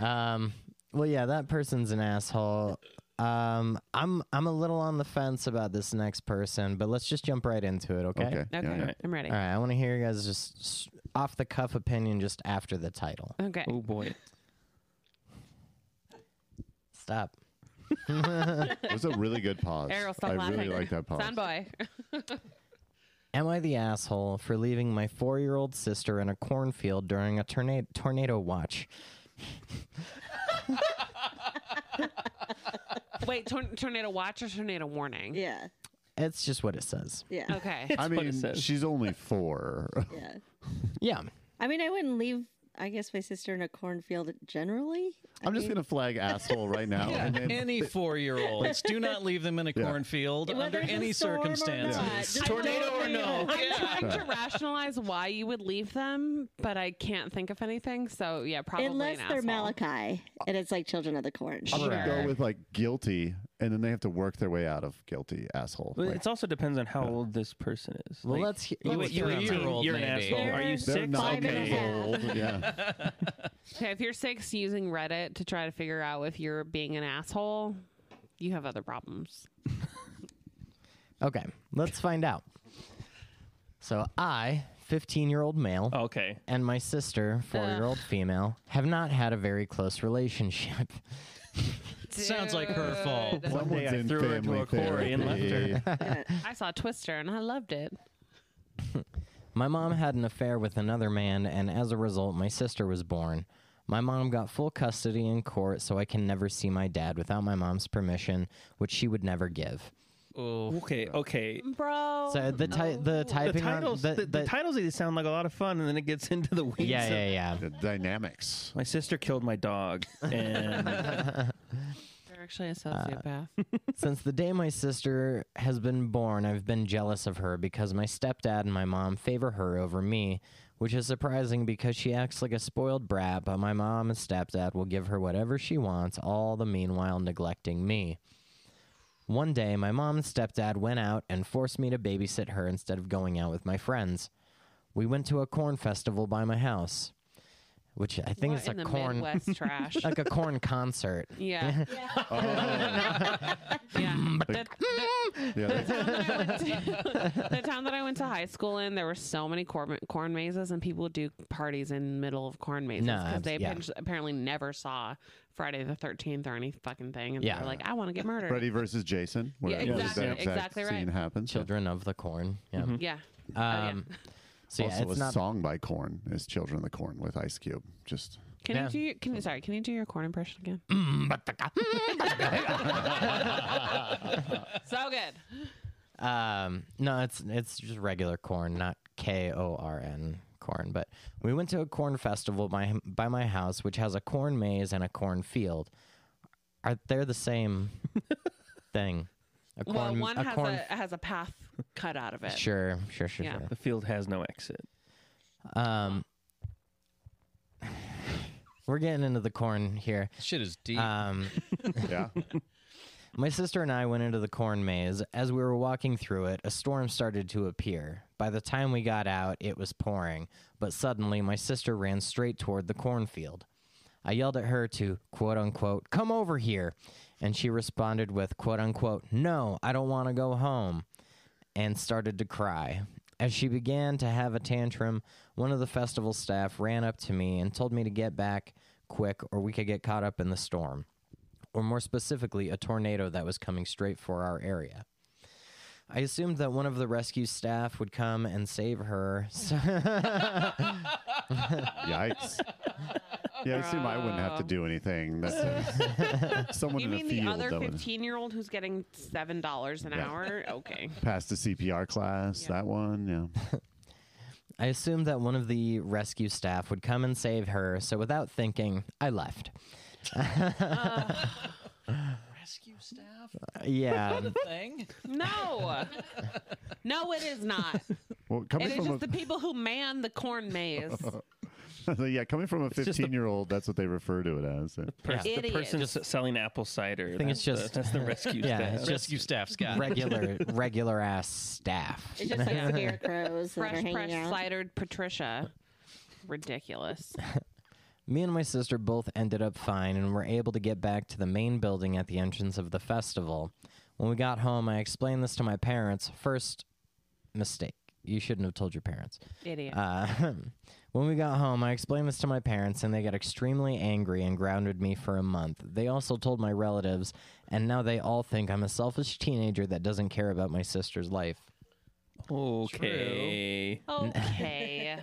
S2: Um, well, yeah, that person's an asshole. Um, I'm I'm a little on the fence about this next person, but let's just jump right into it, okay?
S6: Okay, yeah,
S5: Okay,
S6: yeah.
S5: I'm ready.
S2: All right, I want to hear you guys just s- off the cuff opinion just after the title.
S5: Okay.
S4: Oh boy,
S2: Stop.
S6: It was a really good pause.
S5: Ariel, stop
S6: I
S5: laughing.
S6: really like that pause.
S5: Sound boy.
S2: Am I the asshole for leaving my four year old sister in a cornfield during a tornado tornado watch?
S5: Wait, torn- tornado watch or tornado warning?
S3: Yeah.
S2: It's just what it says.
S3: Yeah.
S5: Okay.
S6: I
S4: what it
S6: mean,
S4: says.
S6: she's only four.
S3: Yeah.
S2: Yeah.
S3: I mean, I wouldn't leave, I guess, my sister in a cornfield generally. I
S6: I'm just
S3: mean,
S6: gonna flag asshole right now. and then-
S1: any four year olds. Do not leave them in a cornfield
S3: Whether
S1: under
S3: there's a
S1: any
S3: storm or not,
S1: circumstances.
S3: just
S1: Tornado
S3: don't
S1: or
S3: leave
S1: no.
S3: them.
S5: I'm trying to rationalize why you would leave them, but I can't think of anything. So yeah, probably
S3: Unless
S5: an
S3: they're
S5: asshole.
S3: Malachi and it's like Children of the Corn.
S6: I'm gonna
S2: Sure.
S6: go with like guilty, and then they have to work their way out of guilty asshole.
S4: Well,
S6: Like,
S4: it also depends on how old this person is.
S2: Well,
S4: Like,
S2: let's hear.
S1: You-
S2: let's
S1: you-
S2: hear
S1: a
S2: on
S1: you-
S2: that.
S1: year old,
S4: You're an
S1: maybe.
S4: asshole. Are you
S3: They're
S6: they're
S4: six?
S6: not
S3: Five and a
S6: years
S4: okay.
S3: half.
S6: old. Yeah,
S5: Okay, if you're six, using Reddit to try to figure out if you're being an asshole, you have other problems.
S2: Okay, let's find out. So I, 15 year old male,
S4: Okay.
S2: and my sister, four year old female, have not had a very close relationship.
S1: Sounds like her fault.
S5: Dude.
S4: One day
S6: Someone's
S4: I
S6: in
S4: threw her into
S6: family
S4: a quarry and left her.
S6: therapy.
S5: I saw Twister and I loved it.
S2: My mom had an affair with another man, and as a result, my sister was born. My mom got full custody in court, so I can never see my dad without my mom's permission, which she would never give.
S1: Oh,
S4: Okay, okay.
S5: Bro.
S2: So uh, the ti- the
S4: Oh. The
S2: typing
S4: titles,
S2: on
S4: the, the, titles of these sound like a lot of fun, and then it gets into the weeds.
S2: yeah
S4: of-
S2: yeah yeah.
S6: The dynamics.
S4: My sister killed my dog, and
S5: You're actually
S2: uh,
S5: a sociopath.
S2: Since the day my sister has been born, I've been jealous of her because my stepdad and my mom favor her over me, which is surprising because she acts like a spoiled brat, but my mom and stepdad will give her whatever she wants, all the meanwhile neglecting me. One day, my mom and stepdad went out and forced me to babysit her instead of going out with my friends. We went to a corn festival by my house, which I think
S5: What
S2: is a
S5: in the
S2: corn
S5: Midwest trash.
S2: like a corn concert.
S5: yeah. yeah. The- the-
S6: Yeah, that's-
S5: town that I went to- the town that I went to high school in, there were so many corn, corn mazes, and people would do parties in middle of corn mazes
S2: No,
S5: because they
S2: abs- yeah.
S5: apparent- apparently never saw Friday the Thirteenth or any fucking thing, and
S2: Yeah.
S5: they're like, "I want to get murdered."
S6: Freddy versus Jason, where
S5: Yeah,
S6: that
S5: exactly,
S6: exact
S5: exactly right.
S6: scene happens.
S2: Children of the Corn. Yeah.
S5: Yeah.
S2: Um, So yeah,
S6: Oh, also,
S2: it's
S6: a
S2: not.
S6: song by Corn is "Children of the Corn" with Ice Cube. Just
S5: Can
S2: yeah. Mm,
S5: you do? Your, can you sorry? Can you do your corn impression again? so good.
S2: Um, no, it's it's just regular corn, not K O R N corn. But we went to a corn festival by by my house, which has a corn maze and a corn field. Are they the same thing? A corn,
S5: Well, one
S2: a
S5: has
S2: corn.
S5: a has a path cut out of it.
S2: Sure, sure, sure,
S5: Yeah.
S4: the field has no exit.
S2: sure. Um, we're getting into the corn here.
S1: shit is deep.
S2: Um,
S6: yeah,
S2: My sister and I went into the corn maze. As we were walking through it, a storm started to appear. By the time we got out, it was pouring, but suddenly my sister ran straight toward the cornfield. I yelled at her to, quote unquote, come over here, and she responded with, quote unquote, no, I don't want to go home, and started to cry. As she began to have a tantrum, one of the festival staff ran up to me and told me to get back quick or we could get caught up in the storm or more specifically, a tornado that was coming straight for our area. I assumed that one of the rescue staff would come and save her. So
S6: yikes. Yeah, I assume I wouldn't have to do anything. That's someone
S5: You
S6: in
S5: mean
S6: a
S5: the
S6: field
S5: other
S6: that would
S5: fifteen-year-old who's getting seven dollars an
S6: Yeah.
S5: hour? Okay.
S6: pass the CPR class. That one, yeah.
S2: I assumed that one of the rescue staff would come and save her. So without thinking, I left.
S1: Rescue staff
S2: Yeah.
S1: thing.
S5: No, no, it is not.
S6: Well,
S5: It
S6: coming
S5: is
S6: from
S5: just the people who man the corn maze.
S6: a yeah, coming from a
S4: just the-
S6: 15 year old, that's what they refer to it as. yeah.
S4: Pers- The
S5: Idiot.
S4: person s- selling apple cider. I
S2: think it's just-
S4: that's the rescue
S2: yeah,
S4: staff.
S2: it's
S1: Rescue staff's got it.
S2: regular, regular ass staff.
S3: It's just
S5: Yeah.
S3: like scarecrows that are
S5: fresh, fresh
S3: hanging out.
S5: slidered Patricia. Ridiculous.
S2: Me and my sister both ended up fine and were able to get back to the main building at the entrance of the festival. When we got home, I explained this to my parents. First mistake. You shouldn't have told your parents.
S5: Idiot.
S2: Uh, when we got home, I explained this to my parents, and they got extremely angry and grounded me for a month. They also told my relatives, and now they all think I'm a selfish teenager that doesn't care about my sister's life.
S4: Okay.
S5: okay.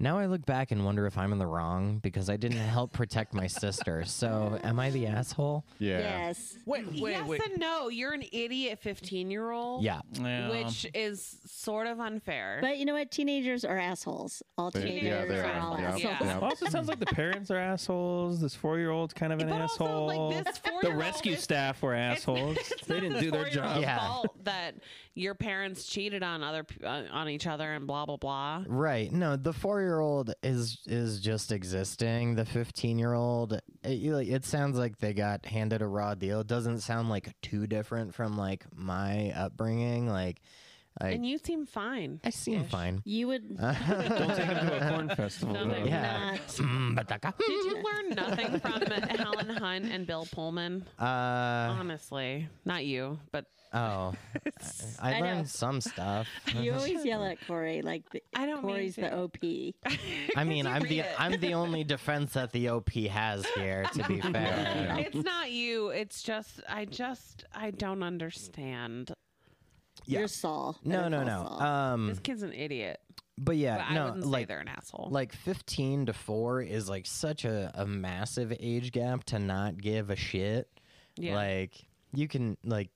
S2: Now I look back and wonder if I'm in the wrong because I didn't help protect my sister. So am I the asshole?
S6: Yeah.
S3: Yes.
S1: Wait, wait,
S5: yes
S1: wait.
S5: and no. You're an idiot 15 year old.
S2: Yeah.
S1: Yeah.
S5: Which is sort of unfair.
S3: But you know what? Teenagers are assholes. All
S6: They-
S3: teenagers
S6: yeah, they
S3: are,
S6: are.
S3: all
S6: Yeah.
S3: assholes.
S5: Yeah.
S6: Yep.
S4: Also, sounds like the parents are assholes. This four-year-old's kind of an
S5: But also,
S4: asshole.
S5: like, this
S4: the
S5: four-year-old
S4: rescue
S5: is-
S4: staff were assholes. they didn't do their job.
S2: Yeah.
S5: fault that your parents cheated on other p- uh, on each other and blah blah blah.
S2: Right. No, the four-year-old is is just existing. The fifteen-year-old, it, it sounds like they got handed a raw deal. It doesn't sound like too different from like my upbringing. Like, I
S5: And you seem fine.
S2: I seem fine.
S3: You would
S4: Don't take them to a corn festival.
S5: No,
S4: though.
S5: like-
S2: Yeah.
S3: not.
S2: Mm, bataka.
S5: Did you learn nothing from Helen Hunt and Bill Pullman?
S2: Uh
S5: Honestly, not you, but
S2: oh, I,
S3: I know.
S2: learned some stuff.
S3: You always yell at Corey like the,
S5: I don't mean
S3: Corey's the
S5: to.
S3: OP. Yeah,
S2: I mean, I'm the
S5: read it.
S2: I'm the only defense that the OP has here. To be fair,
S6: Yeah.
S5: it's not you. It's just I just I don't understand.
S2: Yeah.
S3: You're Saul.
S2: no,
S3: Better
S2: no,
S3: call
S2: no.
S3: Saul.
S2: Um,
S5: This kid's an idiot.
S2: but yeah,
S5: but I
S2: no,
S5: wouldn't say
S2: like
S5: they're an asshole.
S2: like 15 to 4 is like such a, a massive age gap to not give a shit
S5: yeah.
S2: like you can like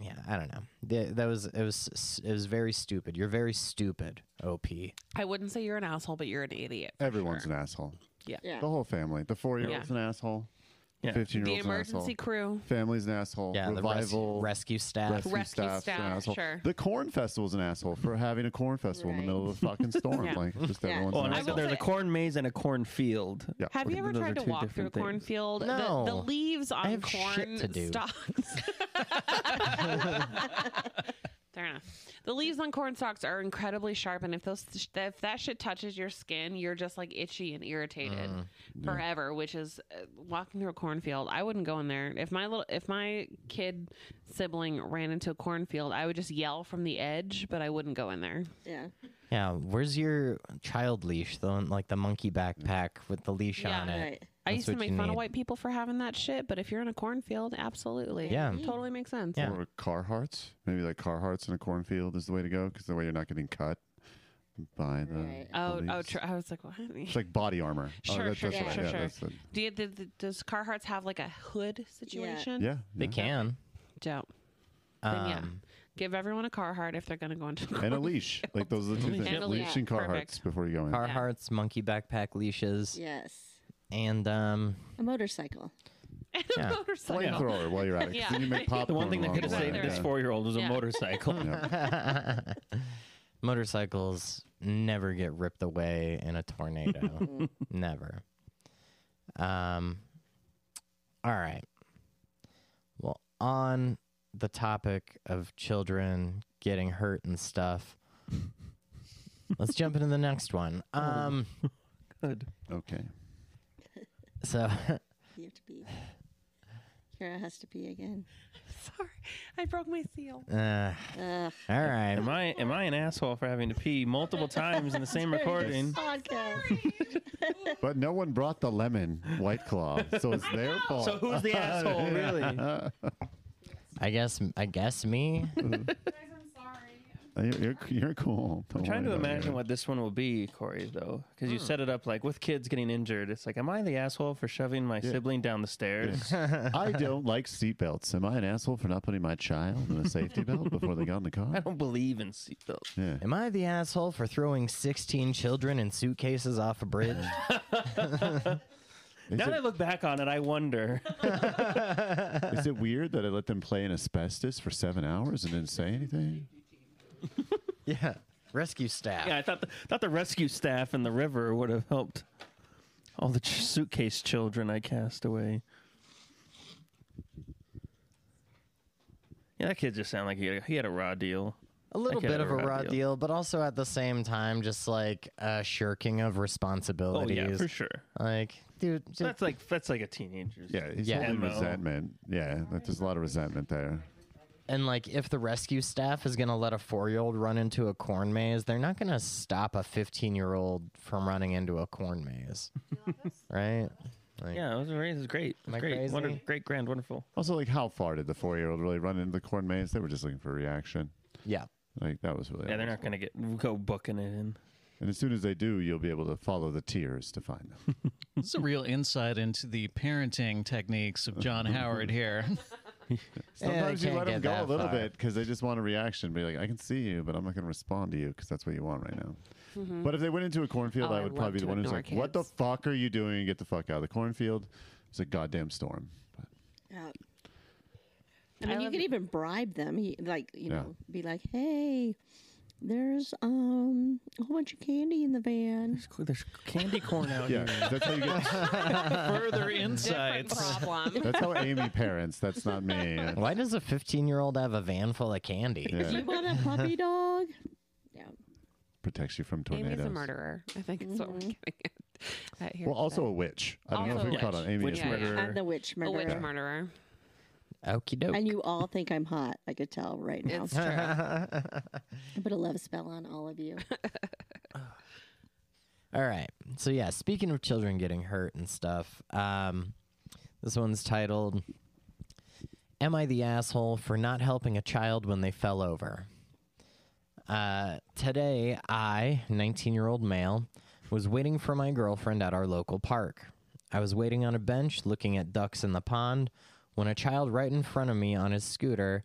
S2: yeah i don't know Th- that was it was s- it was very stupid you're very stupid op
S5: I wouldn't say you're an asshole, but you're an idiot. for
S6: Everyone's
S5: sure.
S6: an asole.
S3: Yeah.
S6: The whole family. The four-year-old's an asshole.
S4: Yeah.
S5: the
S6: Fifteen-year-old's an
S5: emergency
S6: asshole.
S5: crew.
S6: Family's an asshole.
S2: yeah the
S6: Revival.
S2: res- rescue staff
S6: rescue,
S5: Rescue
S6: staff's an
S5: staff,
S6: asshole.
S5: sure.
S6: The corn festival's an asshole for having a corn festival in
S3: Right.
S6: the middle of a fucking storm.
S5: Yeah.
S6: Like just
S3: Yeah.
S6: everyone's
S4: Oh,
S6: an
S4: and
S5: I will
S4: also
S6: asshole.
S4: there's
S5: say-
S4: a corn maze and a corn field.
S6: Yeah.
S5: Have you ever
S4: Those
S5: tried
S4: are
S5: to
S4: two
S5: walk through a
S4: different things.
S5: cornfield? The, the
S2: No.
S5: leaves on
S2: have
S5: corn
S2: shit to do.
S5: stalks. Fair enough. The leaves on corn stalks are incredibly sharp, and if those if that shit touches your skin, you're just like itchy and irritated forever. Which is uh, walking through a cornfield. I wouldn't go in there. If my little if my kid sibling ran into a cornfield, I would just yell from the edge, but I wouldn't go in there.
S3: Yeah.
S2: yeah where's your child leash the one like the monkey backpack with the leash
S5: Yeah.
S2: on it
S3: Right.
S5: I
S2: That's
S5: used to
S2: what
S5: make
S2: you
S5: fun of
S2: need.
S5: white people for having that shit, but if you're in a cornfield, absolutely,
S2: Yeah.
S5: totally makes sense.
S2: Yeah.
S6: Or Carhartts. Maybe like Carhartts in a cornfield is the way to go because the way you're not getting cut by the.
S3: Right.
S6: the
S5: Oh, oh,
S6: leaves.
S5: tr- I was like, what?
S6: It's like body armor. Oh,
S5: Sure, sure,
S6: that's
S3: sure,
S6: what-
S3: sure,
S6: yeah,
S5: sure.
S6: that's it.
S5: Do you, do, do, does Carhartts have like a hood situation?
S6: yeah.
S2: they
S6: yeah.
S2: can
S5: Don't.
S2: um,
S5: Then yeah, give everyone a Carhartt if they're going to go into.
S6: And a leash. Like those are the two
S4: And
S6: things.
S5: a
S6: leash
S3: leash.
S6: and Carhartts
S5: Perfect.
S6: before you go in.
S2: Carhartts, monkey backpack leashes,
S3: Yes.
S2: and um,
S3: A motorcycle.
S5: and
S2: Yeah.
S5: a motorcycle.
S6: Flamethrower while you're at it. 'cause
S5: Yeah.
S6: Then you make popcorn.
S4: The one thing that
S6: along
S4: could have
S6: the way,
S4: saved this
S6: yeah.
S4: four-year-old was a
S5: Yeah.
S4: motorcycle.
S2: motorcycles never get ripped away in a tornado. never. Um, all right. Well, on the topic of children getting hurt and stuff, let's jump into the next one. Um,
S4: Good.
S6: Okay.
S2: so,
S3: You have to be. Kara has to pee again.
S5: Sorry, I broke my seal.
S2: uh,
S3: Ugh.
S2: all right.
S4: Am I am I an asshole for having to pee multiple times in the same recording?
S3: Oh, Podcast.
S6: But no one brought the lemon white claw, so it's their fault.
S4: So who's the asshole really?
S2: I guess. I guess me.
S6: Uh, You're, you're, you're cool.
S4: I'm trying to imagine what this one will be, Corey, though, because you set it up like with kids getting injured. It's like, am I the asshole for shoving my sibling down the stairs?
S6: I don't like seatbelts. Am I an asshole for not putting my child in a safety belt before they got in the
S4: I
S6: car?
S4: don't believe in seatbelts.
S6: Yeah.
S2: Am I the asshole for throwing 16 children in suitcases off a bridge?
S6: Is
S4: Now that I
S6: it,
S4: look back on it, I wonder.
S6: is it weird that I let them play in asbestos for seven hours and didn't say anything?
S2: yeah. Rescue staff.
S4: Yeah, I thought the, thought the rescue staff in the river would have helped all the ch- suitcase children I cast away. Yeah, that kid just sounded like he had, he had a raw deal.
S2: a little
S4: Okay,
S2: bit of a
S4: raw
S2: raw
S4: deal.
S2: deal. but also at the same time, just like a shirking of
S4: Oh
S2: responsibilities.
S4: yeah, for sure.
S2: Like, dude, just,
S4: That's like that's like a teenager's.
S6: Yeah, he's
S2: Yeah.
S6: holding
S4: MO.
S6: resentment. Yeah, that, there's a lot of resentment there.
S2: and like if the rescue staff is gonna let a four-year-old run into a corn maze, they're not gonna stop a 15-year-old from running into a corn maze, right? Like,
S4: Yeah, it was, great. It was great. It was
S2: Am I
S4: great.
S2: crazy?
S4: Wonder, great, grand, wonderful.
S6: Also, like, how far did the four-year-old really run into the corn maze? They were just looking for a reaction.
S2: yeah.
S6: Like that was really.
S4: Yeah, they're not gonna get go booking it in.
S6: And as soon as they do, you'll be able to follow the tears to find them.
S1: This is a real insight into the parenting techniques of John Howard here.
S2: Eh, they
S6: Sometimes you
S2: can't
S6: let them
S2: get
S6: go a
S2: that
S6: little
S2: far.
S6: bit because they just want a reaction. Be like, I can see you, but I'm not going to respond to you because that's what you want right now. But if they went into a cornfield,
S5: Oh,
S6: I
S5: I
S6: would
S5: love
S6: probably be
S5: to
S6: the one who's
S5: ignore
S6: like, "What the
S5: kids.
S6: fuck are you doing? Get the fuck out of the cornfield!" It's a goddamn storm. But
S3: Yeah. I mean,
S5: I
S3: you
S5: love
S3: could
S5: it.
S3: even bribe them, you- like you
S6: Yeah.
S3: know, be like, "Hey, there's um a whole bunch of candy in the van."
S7: There's candy corn out
S6: yeah,
S7: here.
S6: that's how you get.
S1: Further
S5: Different
S1: insights.
S5: problem.
S6: That's how Amy parents. That's not me.
S2: Why does a 15 year old have a van full of candy?
S6: Yeah.
S3: Do you want a puppy dog? Yeah.
S6: protects you from tornadoes.
S5: Amy's a murderer. I think is what we're getting at. at here
S6: Well, also
S5: today.
S6: a witch. I don't
S5: Also
S6: know
S5: a
S6: if we caught
S5: witch.
S6: on Amy
S4: Witch
S6: is a
S5: Yeah, yeah.
S6: murderer.
S3: I'm the witch
S5: a
S3: murderer,
S5: witch murderer.
S2: Okie doke.
S3: and you all think I'm hot. I could tell right now.
S5: It's true.
S3: I put a love spell on all of you.
S2: All right. So yeah, speaking of children getting hurt and stuff, um, this one's titled "Am I the asshole for not helping a child when they fell over?" Uh, today, I, 19-year-old male, was waiting for my girlfriend at our local park. I was waiting on a bench looking at ducks in the pond when a child right in front of me on his scooter,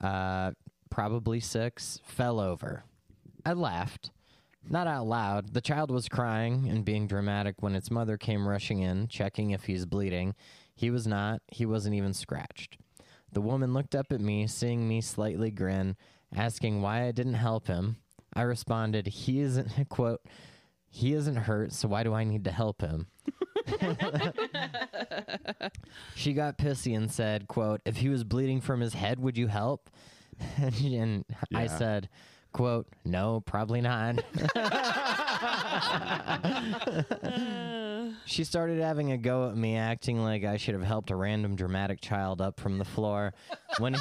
S2: uh, probably six, fell over. I laughed. Not out loud. The child was crying and being dramatic when its mother came rushing in, checking if he's bleeding. He was not. He wasn't even scratched. The woman looked up at me, seeing me slightly grin, asking why I didn't help him. I responded, "He isn't quote, he isn't hurt, so why do I need to help him?" she got pissy and said, quote, "If he was bleeding from his head, would you help?" and I
S6: Yeah.
S2: said, quote, "No, probably not." She started having a go at me, acting like I should have helped a random dramatic child up from the floor when,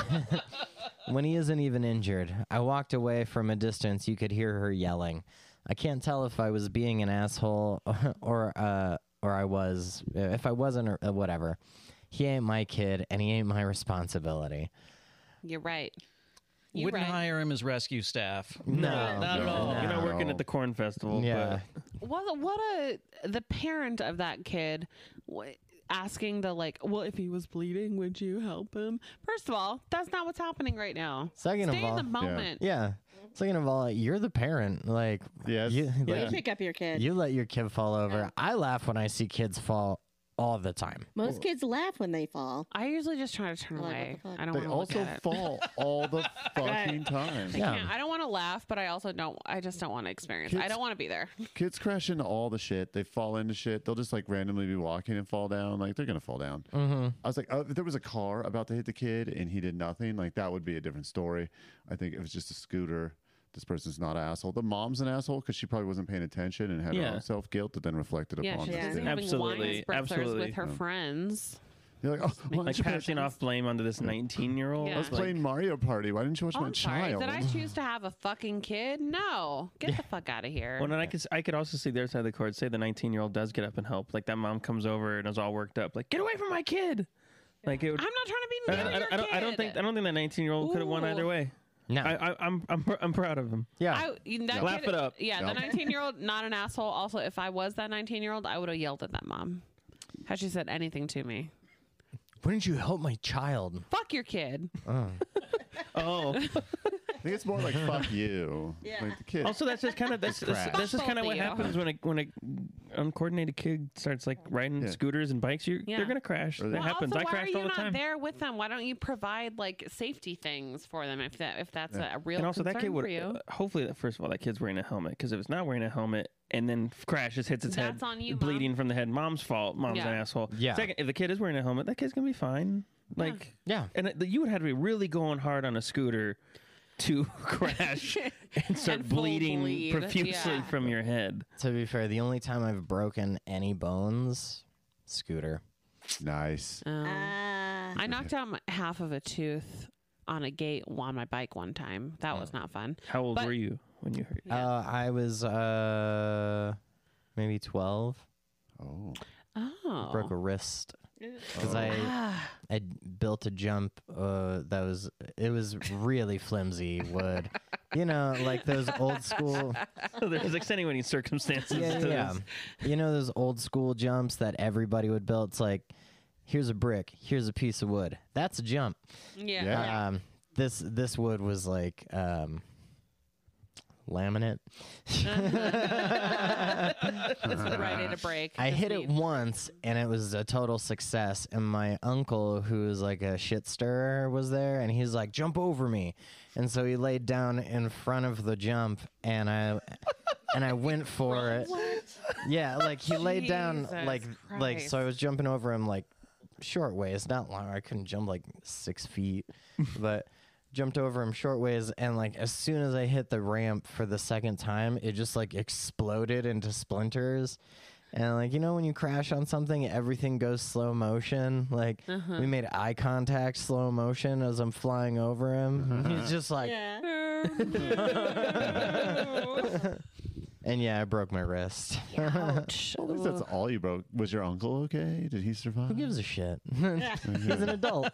S2: when he isn't even injured. I walked away from a distance. You could hear her yelling. I can't tell if I was being an asshole or uh, or I was if I wasn't or uh, whatever. He ain't my kid, and he ain't my responsibility.
S5: You're right. You're
S1: Wouldn't
S5: right.
S1: hire him as rescue staff.
S2: No.
S1: not at
S6: No.
S1: all.
S4: You're not
S6: No.
S4: working at the corn festival.
S2: Yeah.
S5: Well, what a the parent of that kid wh- asking the like, well, if he was bleeding, would you help him? First of all, that's not what's happening right now.
S2: Second
S5: Stay
S2: of all,
S5: in the moment.
S2: yeah. Second of all, you're the parent. Like,
S6: Yes.
S2: you-
S6: Yeah.
S2: like,
S3: You pick up your kid.
S2: You let your kid fall over. I laugh when I see kids fall all the time.
S3: Most kids laugh when they fall.
S5: I usually just try to turn
S3: Like, what the
S5: away.
S3: fuck?
S5: I don't
S6: They
S5: want to look
S6: also
S5: at it.
S6: fall all the fucking time.
S5: I can't. I don't want to laugh, but I also don't. I just don't want to experience. I
S6: Kids-
S5: don't want to be there.
S6: Kids crash into all the shit. They fall into shit. They'll just like randomly be walking and fall down. Like they're gonna fall down.
S2: Mm-hmm.
S6: I was like, oh, if there was a car about to hit the kid and he did nothing, like that would be a different story. I think it was just a scooter. This person's not an asshole. The mom's an asshole because she probably wasn't paying attention and had her
S4: Yeah.
S6: own self guilt that then reflected
S5: Yeah,
S6: upon
S5: she's
S6: this
S3: Yeah.
S5: busy
S6: kid.
S5: having wine
S4: Absolutely,
S5: spritzers
S4: absolutely.
S5: with her friends.
S6: You're like, oh, why
S4: Like
S6: didn't you pay
S4: passing off blame onto this 19 year old.
S5: Yeah. I was
S6: attention? playing Mario Party? Why didn't you watch
S5: Oh,
S6: my
S5: I'm sorry.
S6: child?
S5: Did I choose to have a fucking kid? No. Get the fuck out of here.
S4: Well, and I could I could also see the other side of the court. Say the 19 year old does get up and help. Like that mom comes over and is all worked up. Like get away from my kid. Like it would.
S5: I'm not trying to be
S4: I
S5: mean
S4: don't,
S5: to your
S4: I, don't, I, don't, I don't
S5: kid.
S4: think I don't think that 19 year old could have won
S5: Ooh.
S4: either way.
S2: No.
S4: I, I, I'm I'm pr- I'm proud of him.
S2: yeah.
S5: I, you- that
S4: Laugh
S5: kid-
S4: it up.
S5: Yeah,
S6: Yep.
S5: the 19 year old, not an asshole. Also, if I was that 19 year old, I would have yelled at that mom. Had she said anything to me,
S2: Wouldn't you help my child?
S5: fuck your kid.
S4: Oh,
S6: I think it's more like fuck you.
S3: Yeah.
S6: Like the kid.
S4: also Oh, that's just kind of that's that's,
S2: crap.
S4: that's just
S5: Fuck
S4: kind of
S5: both
S4: what
S5: of you.
S4: happens when a when a uncoordinated kid starts like riding
S6: Yeah.
S4: scooters and bikes. You
S5: Yeah.
S4: they're gonna crash.
S6: Or
S4: That
S6: they-
S5: Well,
S4: happens.
S5: Also,
S4: I
S5: why are
S4: crashed
S5: you
S4: all the
S5: not
S4: time.
S5: there with them? Why don't you provide like safety things for them if that if that's a real
S4: and also
S5: concern
S4: that kid would
S5: for you?
S4: uh, hopefully that first of all that kid's wearing a helmet because if it's not wearing a helmet and then f- crashes hits its
S5: That's
S4: head
S5: on you, Mom.
S4: bleeding from the head mom's fault mom's
S5: Yeah.
S4: an asshole
S2: Yeah.
S4: second if the kid is wearing a helmet that kid's gonna be fine like
S2: Yeah.
S4: and it, you would have to be really going hard on a scooter to crash and start
S5: And full
S4: bleeding
S5: bleed.
S4: profusely
S5: Yeah.
S4: from your head
S2: To be fair, the only time I've broken any bones, scooter.
S6: nice.
S5: Um,
S2: Uh.
S3: Ah,
S5: I knocked out my, half of a tooth on a gate on my bike one time. That was not fun.
S4: how old
S5: But-
S4: were you when you hurt
S5: Yeah.
S2: Uh, I was uh, maybe 12.
S6: Oh.
S5: Oh.
S2: Broke a wrist because I
S5: Ah.
S2: I built a jump uh, that was it was really flimsy wood you know, like those old school.
S4: There's extenuating circumstances
S2: Yeah,
S4: to
S2: yeah.
S4: this.
S2: You know those old school jumps that everybody would build. It's like, here's a brick, here's a piece of wood. That's a jump.
S5: Yeah.
S6: Yeah.
S2: Um, this this wood was like um, laminate.
S5: It's right at a break.
S2: I
S5: Just
S2: hit
S5: leave.
S2: it once and it was a total success. And my uncle, who was like a shit stirrer, was there and he's like, jump over me. And so he laid down in front of the jump and I and I went for it. Yeah, like he laid down
S5: Jesus
S2: like like so I was jumping over him like short ways, not long. I couldn't jump like six feet, but jumped over him short ways and like as soon as I hit the ramp for the second time, it just like exploded into splinters. And like you know when you crash on something, everything goes slow motion. Like we made eye contact slow motion as I'm flying over him. He's just like
S3: Yeah.
S2: and yeah, I broke my wrist.
S5: Ouch.
S6: At least that's all you broke. Was your uncle okay? Did he survive?
S2: Who gives a shit? He's an adult.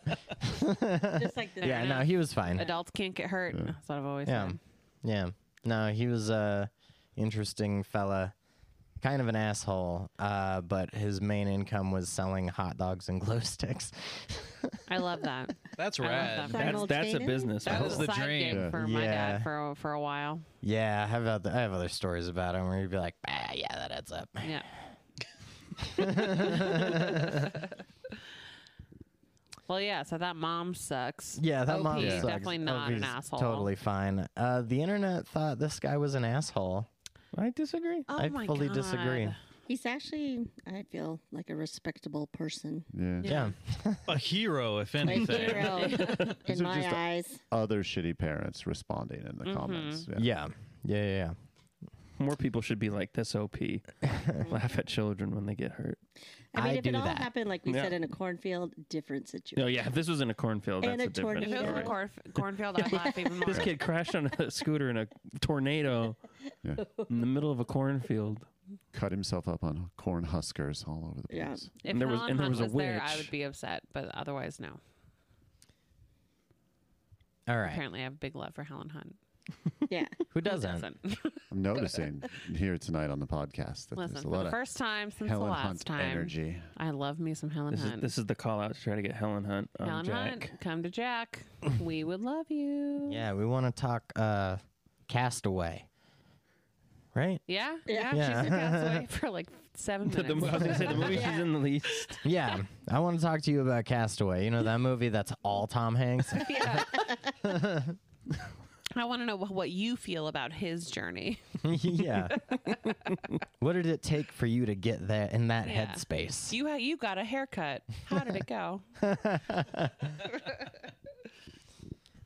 S3: Just like the
S2: yeah, no, he was fine.
S5: Adults can't get hurt. That's what I've always
S2: Yeah.
S5: said.
S2: Yeah. No, he was a interesting fella. Kind of an asshole, uh, but his main income was selling hot dogs and glow sticks.
S5: I love that.
S1: That's
S5: love
S1: rad.
S5: that.
S4: That's, that's a
S3: Simultaneous?
S4: business.
S1: That
S5: That
S4: move.
S1: was
S5: was
S1: the
S5: a side
S1: dream.
S5: gig
S6: Yeah.
S5: for my
S2: Yeah.
S5: dad for a- for a while.
S2: yeah, I have other, I have other stories about him where he'd be like, "Ah, yeah, that adds up."
S5: Yeah. well, yeah. So that mom sucks.
S2: Yeah, that
S5: OP
S2: mom
S5: is
S2: sucks.
S5: definitely not an
S2: OP's
S5: asshole.
S2: Totally fine. Uh, the internet thought this guy was an asshole.
S4: I disagree.
S5: Oh
S2: I
S5: my
S2: fully
S5: God.
S2: disagree.
S3: He's actually, I feel like a respectable person.
S6: yeah.
S2: Yeah.
S1: A hero, if
S3: A
S1: anything.
S3: hero in
S6: are
S3: my
S6: just a-
S3: eyes.
S6: Other shitty parents responding in
S4: Mm-hmm.
S6: the comments. Yeah.
S2: yeah, yeah, yeah, yeah.
S4: More people should be like this OP. Laugh at children when they get hurt.
S3: I mean,
S2: I
S3: if
S2: do
S3: it all
S2: that.
S3: happened, like we
S4: Yeah.
S3: said, in a cornfield, different situation.
S4: No, Oh, yeah, if this was in a cornfield,
S3: And
S4: that's
S3: a
S4: a different
S5: If it
S3: tornado.
S5: was in
S4: story.
S5: a corn, cornfield, I'd laugh even more.
S4: This kid crashed on a scooter in a tornado
S6: Yeah.
S4: in the middle of a cornfield.
S6: Cut himself up on corn huskers all over the
S3: Yeah.
S6: place.
S5: if
S4: and there was-
S5: Helen
S4: and there
S5: Hunt
S4: was a
S5: there, I
S4: witch.
S5: would be upset, but otherwise, no.
S2: All right.
S5: Apparently, I have a big love for Helen Hunt.
S3: Yeah.
S2: Who doesn't?
S5: Listen,
S6: I'm noticing here tonight on the podcast that
S5: listen
S6: there's a
S5: for
S6: lot
S5: the
S6: of
S5: first time since the
S6: Helen
S5: last
S6: Hunt
S5: time,
S6: energy.
S5: I love me some Helen
S4: This is
S5: Hunt.
S4: this is the call out to try to get Helen Hunt on
S5: Helen
S4: Jack.
S5: Hunt, come to Jack. We would love you.
S2: Yeah, we want to talk uh, Castaway, right?
S5: Yeah,
S3: Yeah.
S5: yeah.
S2: Yeah.
S5: She's been away for like seven
S4: The,
S5: minutes.
S4: mo- I was gonna say the movie she's in the least.
S2: Yeah, I want to talk to you about Castaway. You know that movie that's all Tom Hanks.
S5: I want to know wh- what you feel about his journey.
S2: yeah. what did it take for you to get there in that
S5: Yeah.
S2: headspace?
S5: You ha- you got a haircut. How did it go?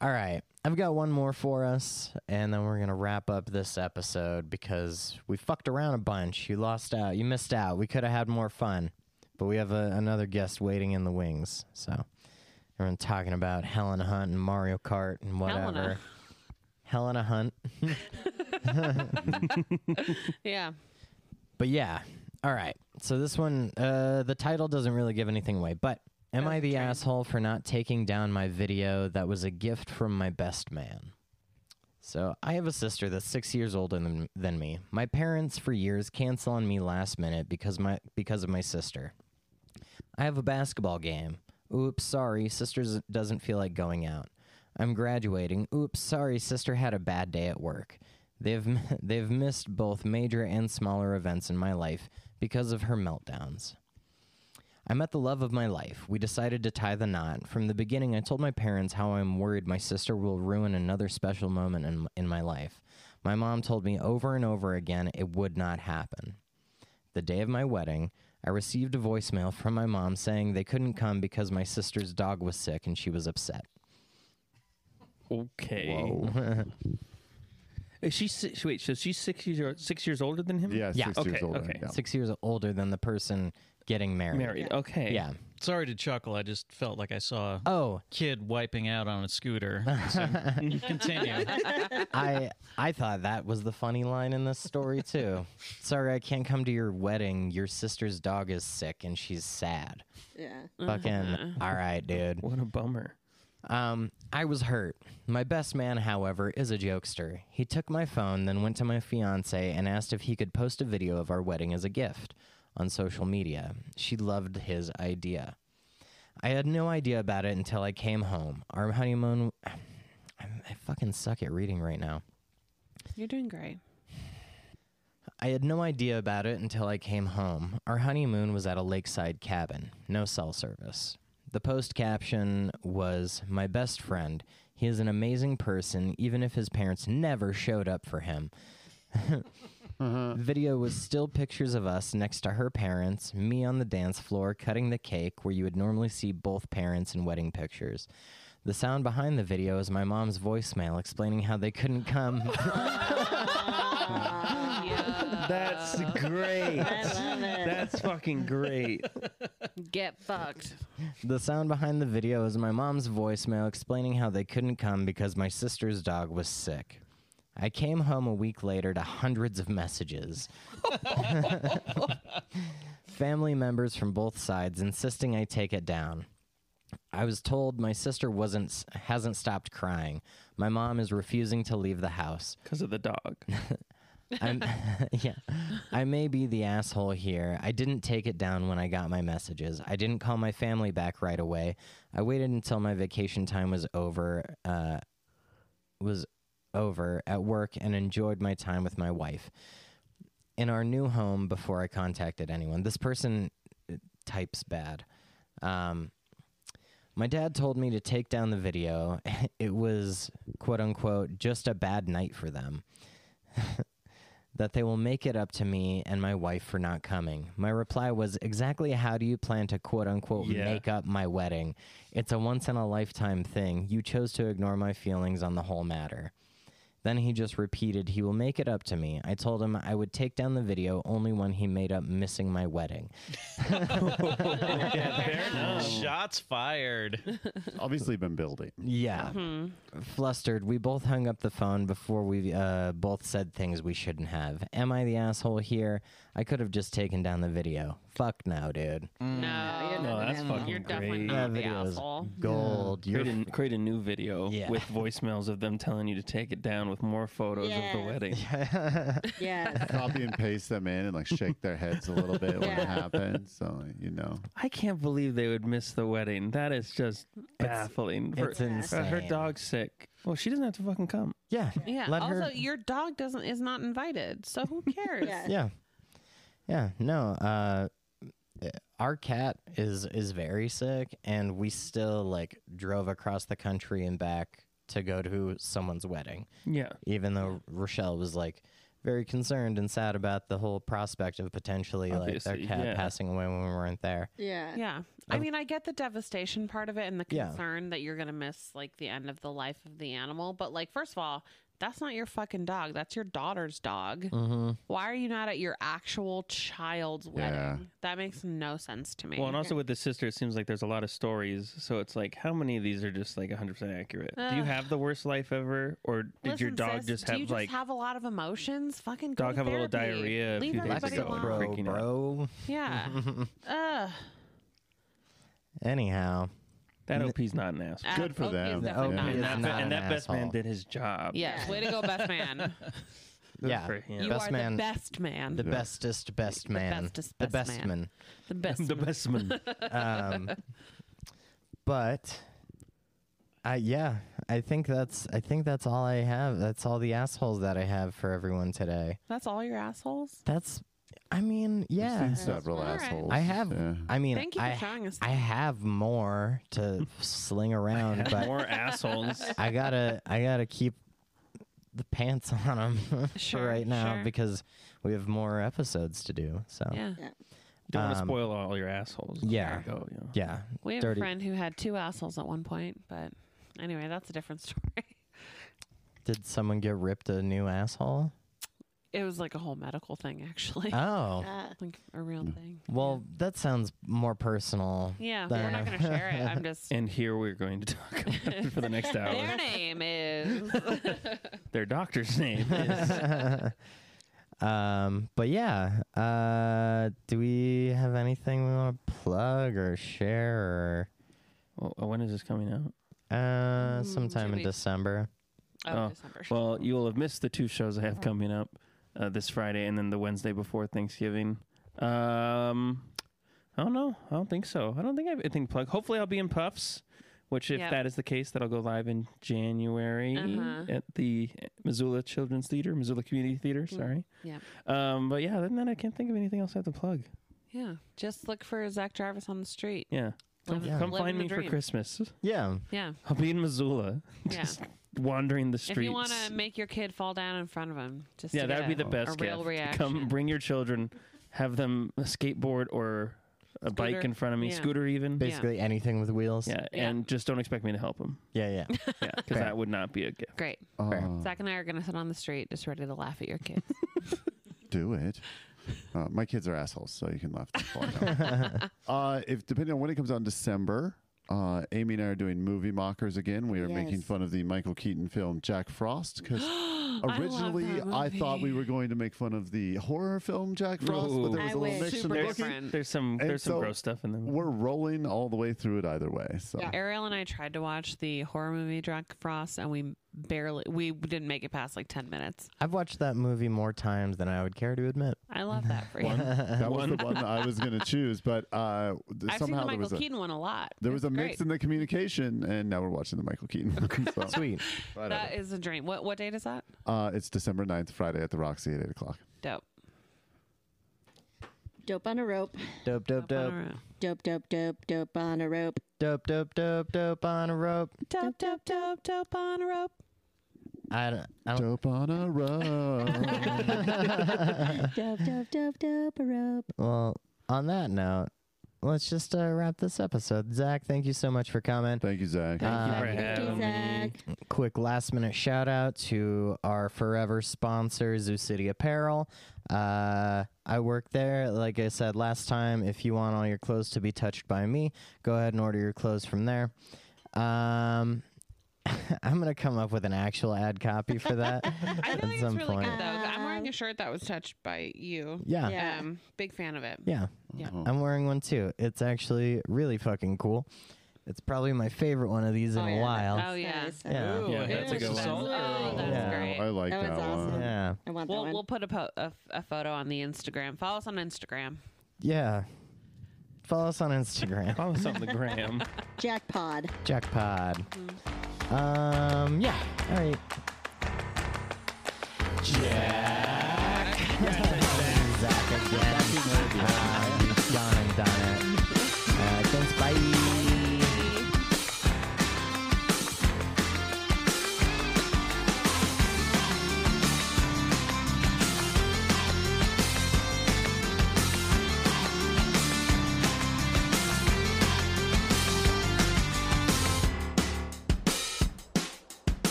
S2: all right, I've got one more for us, and then we're gonna wrap up this episode because we fucked around a bunch. You lost out. You missed out. We could have had more fun, but we have a, another guest waiting in the wings. So. Everyone talking about Helen Hunt and Mario Kart and whatever.
S5: Helena.
S2: Helena Hunt.
S5: Yeah.
S2: But yeah, all right. So this one, uh, the title doesn't really give anything away. But am I the asshole for not taking down my video that was a gift from my best man? So I have a sister that's six years older than, than me. My parents, for years, cancel on me last minute because my because of my sister. I have a basketball game. Oops, sorry, sister s- doesn't feel like going out. I'm graduating. Oops, sorry, sister had a bad day at work. They've m- they've missed both major and smaller events in my life because of her meltdowns. I met the love of my life. We decided to tie the knot. From the beginning, I told my parents how I'm worried my sister will ruin another special moment in, in my life. My mom told me over and over again it would not happen. The day of my wedding, I received a voicemail from my mom saying they couldn't come because my sister's dog was sick and she was upset.
S4: Okay.
S6: Whoa.
S4: Is she si- she- wait? So she's six years six years older than him.
S6: Yeah,
S2: Yeah,
S6: six years
S4: okay,
S6: older.
S4: okay.
S6: Yeah.
S2: Six years older than the person getting married.
S4: Married. Okay.
S2: Yeah.
S1: Sorry to chuckle. I just felt like I saw a
S2: Oh,
S1: kid wiping out on a scooter. So, continue.
S2: I I thought that was the funny line in this story too. Sorry, I can't come to your wedding. Your sister's dog is sick and she's sad.
S3: Yeah.
S2: Fucking all right, dude.
S4: What a bummer.
S2: Um, I was hurt. My best man, however, is a jokester. He took my phone, then went to my fiance and asked if he could post a video of our wedding as a gift on social media. She loved his idea. I had no idea about it until I came home. Our honeymoon. I, I fucking suck at reading right now.
S5: You're doing great.
S2: I had no idea about it until I came home. Our honeymoon was at a lakeside cabin, no cell service. The post caption was My best friend. He is an amazing person, even if his parents never showed up for him.
S4: Mm-hmm.
S2: Video was still pictures of us next to her parents, me on the dance floor cutting the cake where you would normally see both parents in wedding pictures. The sound behind the video is my mom's voicemail explaining how they couldn't come.
S4: That's great.
S3: I love it.
S4: That's fucking great.
S5: Get fucked.
S2: The sound behind the video is my mom's voicemail explaining how they couldn't come because my sister's dog was sick. I came home a week later to hundreds of messages. Family members from both sides insisting I take it down. I was told my sister wasn't hasn't stopped crying. My mom is refusing to leave the house.
S4: Because of the dog.
S2: I'm, yeah. I may be the asshole here. I didn't take it down when I got my messages. I didn't call my family back right away. I waited until my vacation time was over. Uh, was over at work and enjoyed my time with my wife in our new home before I contacted anyone. This person uh, types bad. Um, my dad told me to take down the video. It was quote unquote just a bad night for them that they will make it up to me and my wife for not coming. My reply was exactly how do you plan to quote unquote
S4: Yeah.
S2: make up my wedding? It's a once in a lifetime thing. You chose to ignore my feelings on the whole matter. Then he just repeated, he will make it up to me. I told him I would take down the video only when he made up missing my wedding.
S1: Shots fired.
S6: Obviously, been building.
S2: Yeah.
S5: Mm-hmm.
S2: Flustered, we both hung up the phone before we uh, both said things we shouldn't have. Am I the asshole here? I could have just taken down the video. Fuck no, dude.
S5: No,
S3: you're not
S4: Oh, that's
S3: the
S4: fucking
S5: you're definitely
S4: great.
S5: not the
S2: That video's-
S5: asshole.
S2: Gold. You're
S4: Create a, create a new video
S2: Yeah.
S4: with voicemails of them telling you to take it down with more photos of
S3: Yes.
S4: the wedding.
S3: Yeah.
S6: Copy and paste them in and like shake their heads a little bit when
S3: Yeah.
S6: it happens. So you know,
S4: I can't believe they would miss the wedding. That is just baffling. For-
S2: it's
S4: uh, her
S2: insane.
S4: dog's sick. Well, she doesn't have to fucking come.
S2: Yeah.
S5: Yeah.
S2: Let
S5: also,
S2: her.
S5: your dog doesn't is not invited, so who cares?
S3: Yeah.
S2: Yeah. Yeah. No. Uh, our cat is is very sick, and we still like drove across the country and back to go to someone's wedding,
S4: Yeah.
S2: even though Rochelle was like very concerned and sad about the whole prospect of potentially like
S4: Obviously,
S2: their cat
S4: yeah.
S2: passing away when we weren't there.
S3: Yeah.
S5: Yeah. I mean, I get the devastation part of it and the
S2: Um, Yeah.
S5: concern that you're going to miss like the end of the life of the animal. But like, first of all, that's not your fucking dog. That's your daughter's dog.
S2: Mm-hmm.
S5: Why are you not at your actual child's wedding?
S6: Yeah.
S5: That makes no sense to me.
S4: Well, and also with the sister, it seems like there's a lot of stories. So it's like, how many of these are just like 100% accurate? Do you
S5: Ugh.
S4: have the worst life ever? Or did your
S5: Listen,
S4: dog
S5: sis,
S4: just
S5: do
S4: have
S5: you
S4: like.
S5: just have a lot of emotions? Fucking go
S4: Dog
S5: to
S4: have a little
S5: therapy.
S4: diarrhea a
S5: Leave
S4: few days
S5: everybody
S4: ago.
S5: alone.
S2: bro,
S4: freaking out.
S2: bro.
S5: Yeah. Ugh.
S2: Anyhow,
S4: that OP's not an asshole.
S6: Good for them.
S5: Oakley's definitely
S2: The OP
S5: not.
S2: is
S4: And that,
S2: not an
S4: and that best man
S2: asshole.
S4: did his job.
S5: Yes. Way to go, best man.
S2: yeah,
S4: for him.
S5: You
S2: Best
S5: are
S2: man.
S5: the best man.
S2: the bestest best man,
S5: bestest
S2: the
S5: best
S2: best
S5: man.
S2: man.
S5: the best.
S4: The best man.
S2: um, but I yeah, I think that's I think that's all I have. That's all the assholes that I have for everyone today.
S5: That's all your assholes?
S2: That's I mean,
S6: I've
S2: yeah.
S6: seen several
S5: All right.
S6: assholes.
S2: I have
S6: Yeah.
S2: I mean
S5: Thank you for
S2: I
S5: showing us.
S2: I have more to sling around, but
S4: More assholes.
S2: I got to I got to keep the pants on them
S5: Sure,
S2: for right now
S5: sure.
S2: because we have more episodes to do. So
S5: yeah.
S4: Don't want to
S2: Um,
S4: spoil all your assholes.
S2: yeah.
S4: There you go, you know.
S2: yeah.
S5: We have
S2: Dirty.
S5: a friend who had two assholes at one point, but anyway, that's a different story.
S2: Did someone get ripped a new asshole?
S5: It was like a whole medical thing, actually,
S2: Oh.
S3: Uh,
S5: like a real
S4: Mm.
S5: thing.
S2: Well, that sounds more personal.
S5: Yeah,
S2: There.
S5: we're not going to share it. I'm just.
S4: And here we're going to talk about it for the next
S5: Their
S4: hour.
S5: name is.
S4: Their doctor's name is.
S2: um, but yeah, uh, do we have anything we want to plug or share? Or
S4: Well, when Oh, is this coming out?
S2: Uh, sometime
S5: two
S2: in
S5: weeks.
S2: December.
S5: Oh,
S4: Oh,
S5: December.
S4: Well, you will have missed the two shows I
S5: Uh-huh.
S4: have coming up uh, this Friday and then the Wednesday before Thanksgiving. Um, I don't know. I don't think so. I don't think I have anything plugged. Hopefully, I'll be in Puffs, which, if
S5: Yep.
S4: that is the case, that'll go live in January
S5: Uh-huh.
S4: at the Missoula Children's Theater, Missoula Community Theater. Sorry.
S5: Mm, Yep.
S4: Um, but yeah, other than that, I can't think of anything else I have to plug.
S5: yeah. Just look for Zach Jarvis on the street.
S4: Yeah. Come,
S5: Living-
S4: come
S5: living
S4: find
S5: the
S4: me for
S5: dream.
S4: Christmas.
S2: Yeah.
S5: Yeah.
S4: I'll be in Missoula,
S5: Yeah.
S4: just wandering the
S5: If
S4: streets.
S5: you want to make your kid fall down in front of him, just
S4: yeah,
S5: to
S4: that
S5: get
S4: would be the
S5: a-
S4: best.
S5: A real
S4: gift.
S5: reaction.
S4: Come, bring your children, have them a skateboard or a bike
S5: Scooter.
S4: in front of me,
S5: Yeah.
S4: scooter even.
S5: Ba-
S2: Basically anything with wheels.
S4: yeah,
S5: Yeah.
S4: and just don't expect me to help them.
S2: Yeah. Yeah.
S4: Yeah, because that would not be a gift.
S5: Great.
S4: Oh.
S6: Uh,
S5: Zach and I are gonna sit on the street, just ready to laugh at your kids.
S6: do it. Uh, my kids are assholes, so you can laugh. at them. uh, if depending on when it comes out in December, uh, Amy and I are doing movie mockers again. We are making
S3: Yes.
S6: fun of the Michael Keaton film Jack Frost because
S5: love
S6: originally
S5: that
S6: I, thought we
S5: movie.
S6: were going to make fun of the horror film Jack Frost,
S4: Ooh.
S6: but there was
S3: I
S6: a little
S3: wish.
S6: mix
S5: Super
S6: and
S4: There's,
S6: booking.
S5: different.
S4: there's some
S6: And
S4: there's
S6: so
S4: some gross stuff in them.
S6: We're rolling all the way through it either way. So
S3: Yeah.
S5: Ariel and I tried to watch the horror movie Jack Frost, and we barely we didn't make it past like ten minutes.
S2: I've watched that movie more times than I would care to admit.
S5: I love that for you.
S6: that was the one that I was going to choose, but uh, th- somehow
S5: I've seen the
S6: there
S5: Michael
S6: was a
S5: Keaton one a lot.
S6: there was
S5: It's
S6: a mix
S5: great.
S6: in the communication, and now we're watching the Michael Keaton. so,
S2: Sweet.
S6: whatever.
S5: That is a dream. What what date is that?
S6: Uh, it's December 9th, Friday at the Roxy at eight o'clock.
S5: Dope.
S3: Dope on a rope.
S2: Dope, dope,
S5: Dope
S2: dope.
S5: on a rope.
S3: Dope, dope, dope, dope
S2: Dope, dope, dope, dope on
S3: on a rope.
S2: a rope.
S5: Dope, dope, dope, dope on a rope.
S2: I don't.
S5: Oh.
S2: I don't
S6: Dope on a road.
S3: Dope, dope, dope, dope a rope.
S2: well, on that note, let's just uh, wrap this episode. Zach, thank you so much for coming.
S6: Thank you, Zach.
S4: Thank you for
S2: Uh,
S4: having me.
S3: Zach.
S2: quick last minute shout out to our forever sponsor zoo city apparel uh, i work there like i said last time if you want all your clothes to be touched by me go ahead and order your clothes from there um, i'm gonna come up with an actual ad copy for that
S5: I
S2: at
S5: feel like it's
S2: some
S5: really
S2: point
S5: good though. I'm wearing a shirt that was touched by you.
S2: yeah yeah,
S3: Yeah.
S5: Um, big fan of it. Yeah.
S6: Oh.
S2: i'm wearing one too it's actually really fucking cool it's probably my favorite one of these in
S3: Oh,
S2: a
S3: yeah, that-
S2: while
S5: Oh yeah.
S3: Nice.
S2: Yeah.
S1: Ooh,
S4: Yeah,
S1: I
S4: that's a
S1: think
S4: good
S1: it's
S4: one.
S1: solid.
S5: Oh, that's
S2: Yeah.
S5: great.
S6: I like
S3: That
S6: that,
S3: one's awesome.
S6: one.
S2: yeah
S3: I want that
S5: We'll,
S3: one.
S5: we'll put a, po- a, a photo on the Instagram. Follow us on Instagram.
S2: yeah follow us on instagram
S4: Follow us on the gram.
S3: Jackpod.
S2: Jackpot. Um, yeah. All right. Jack. Uh,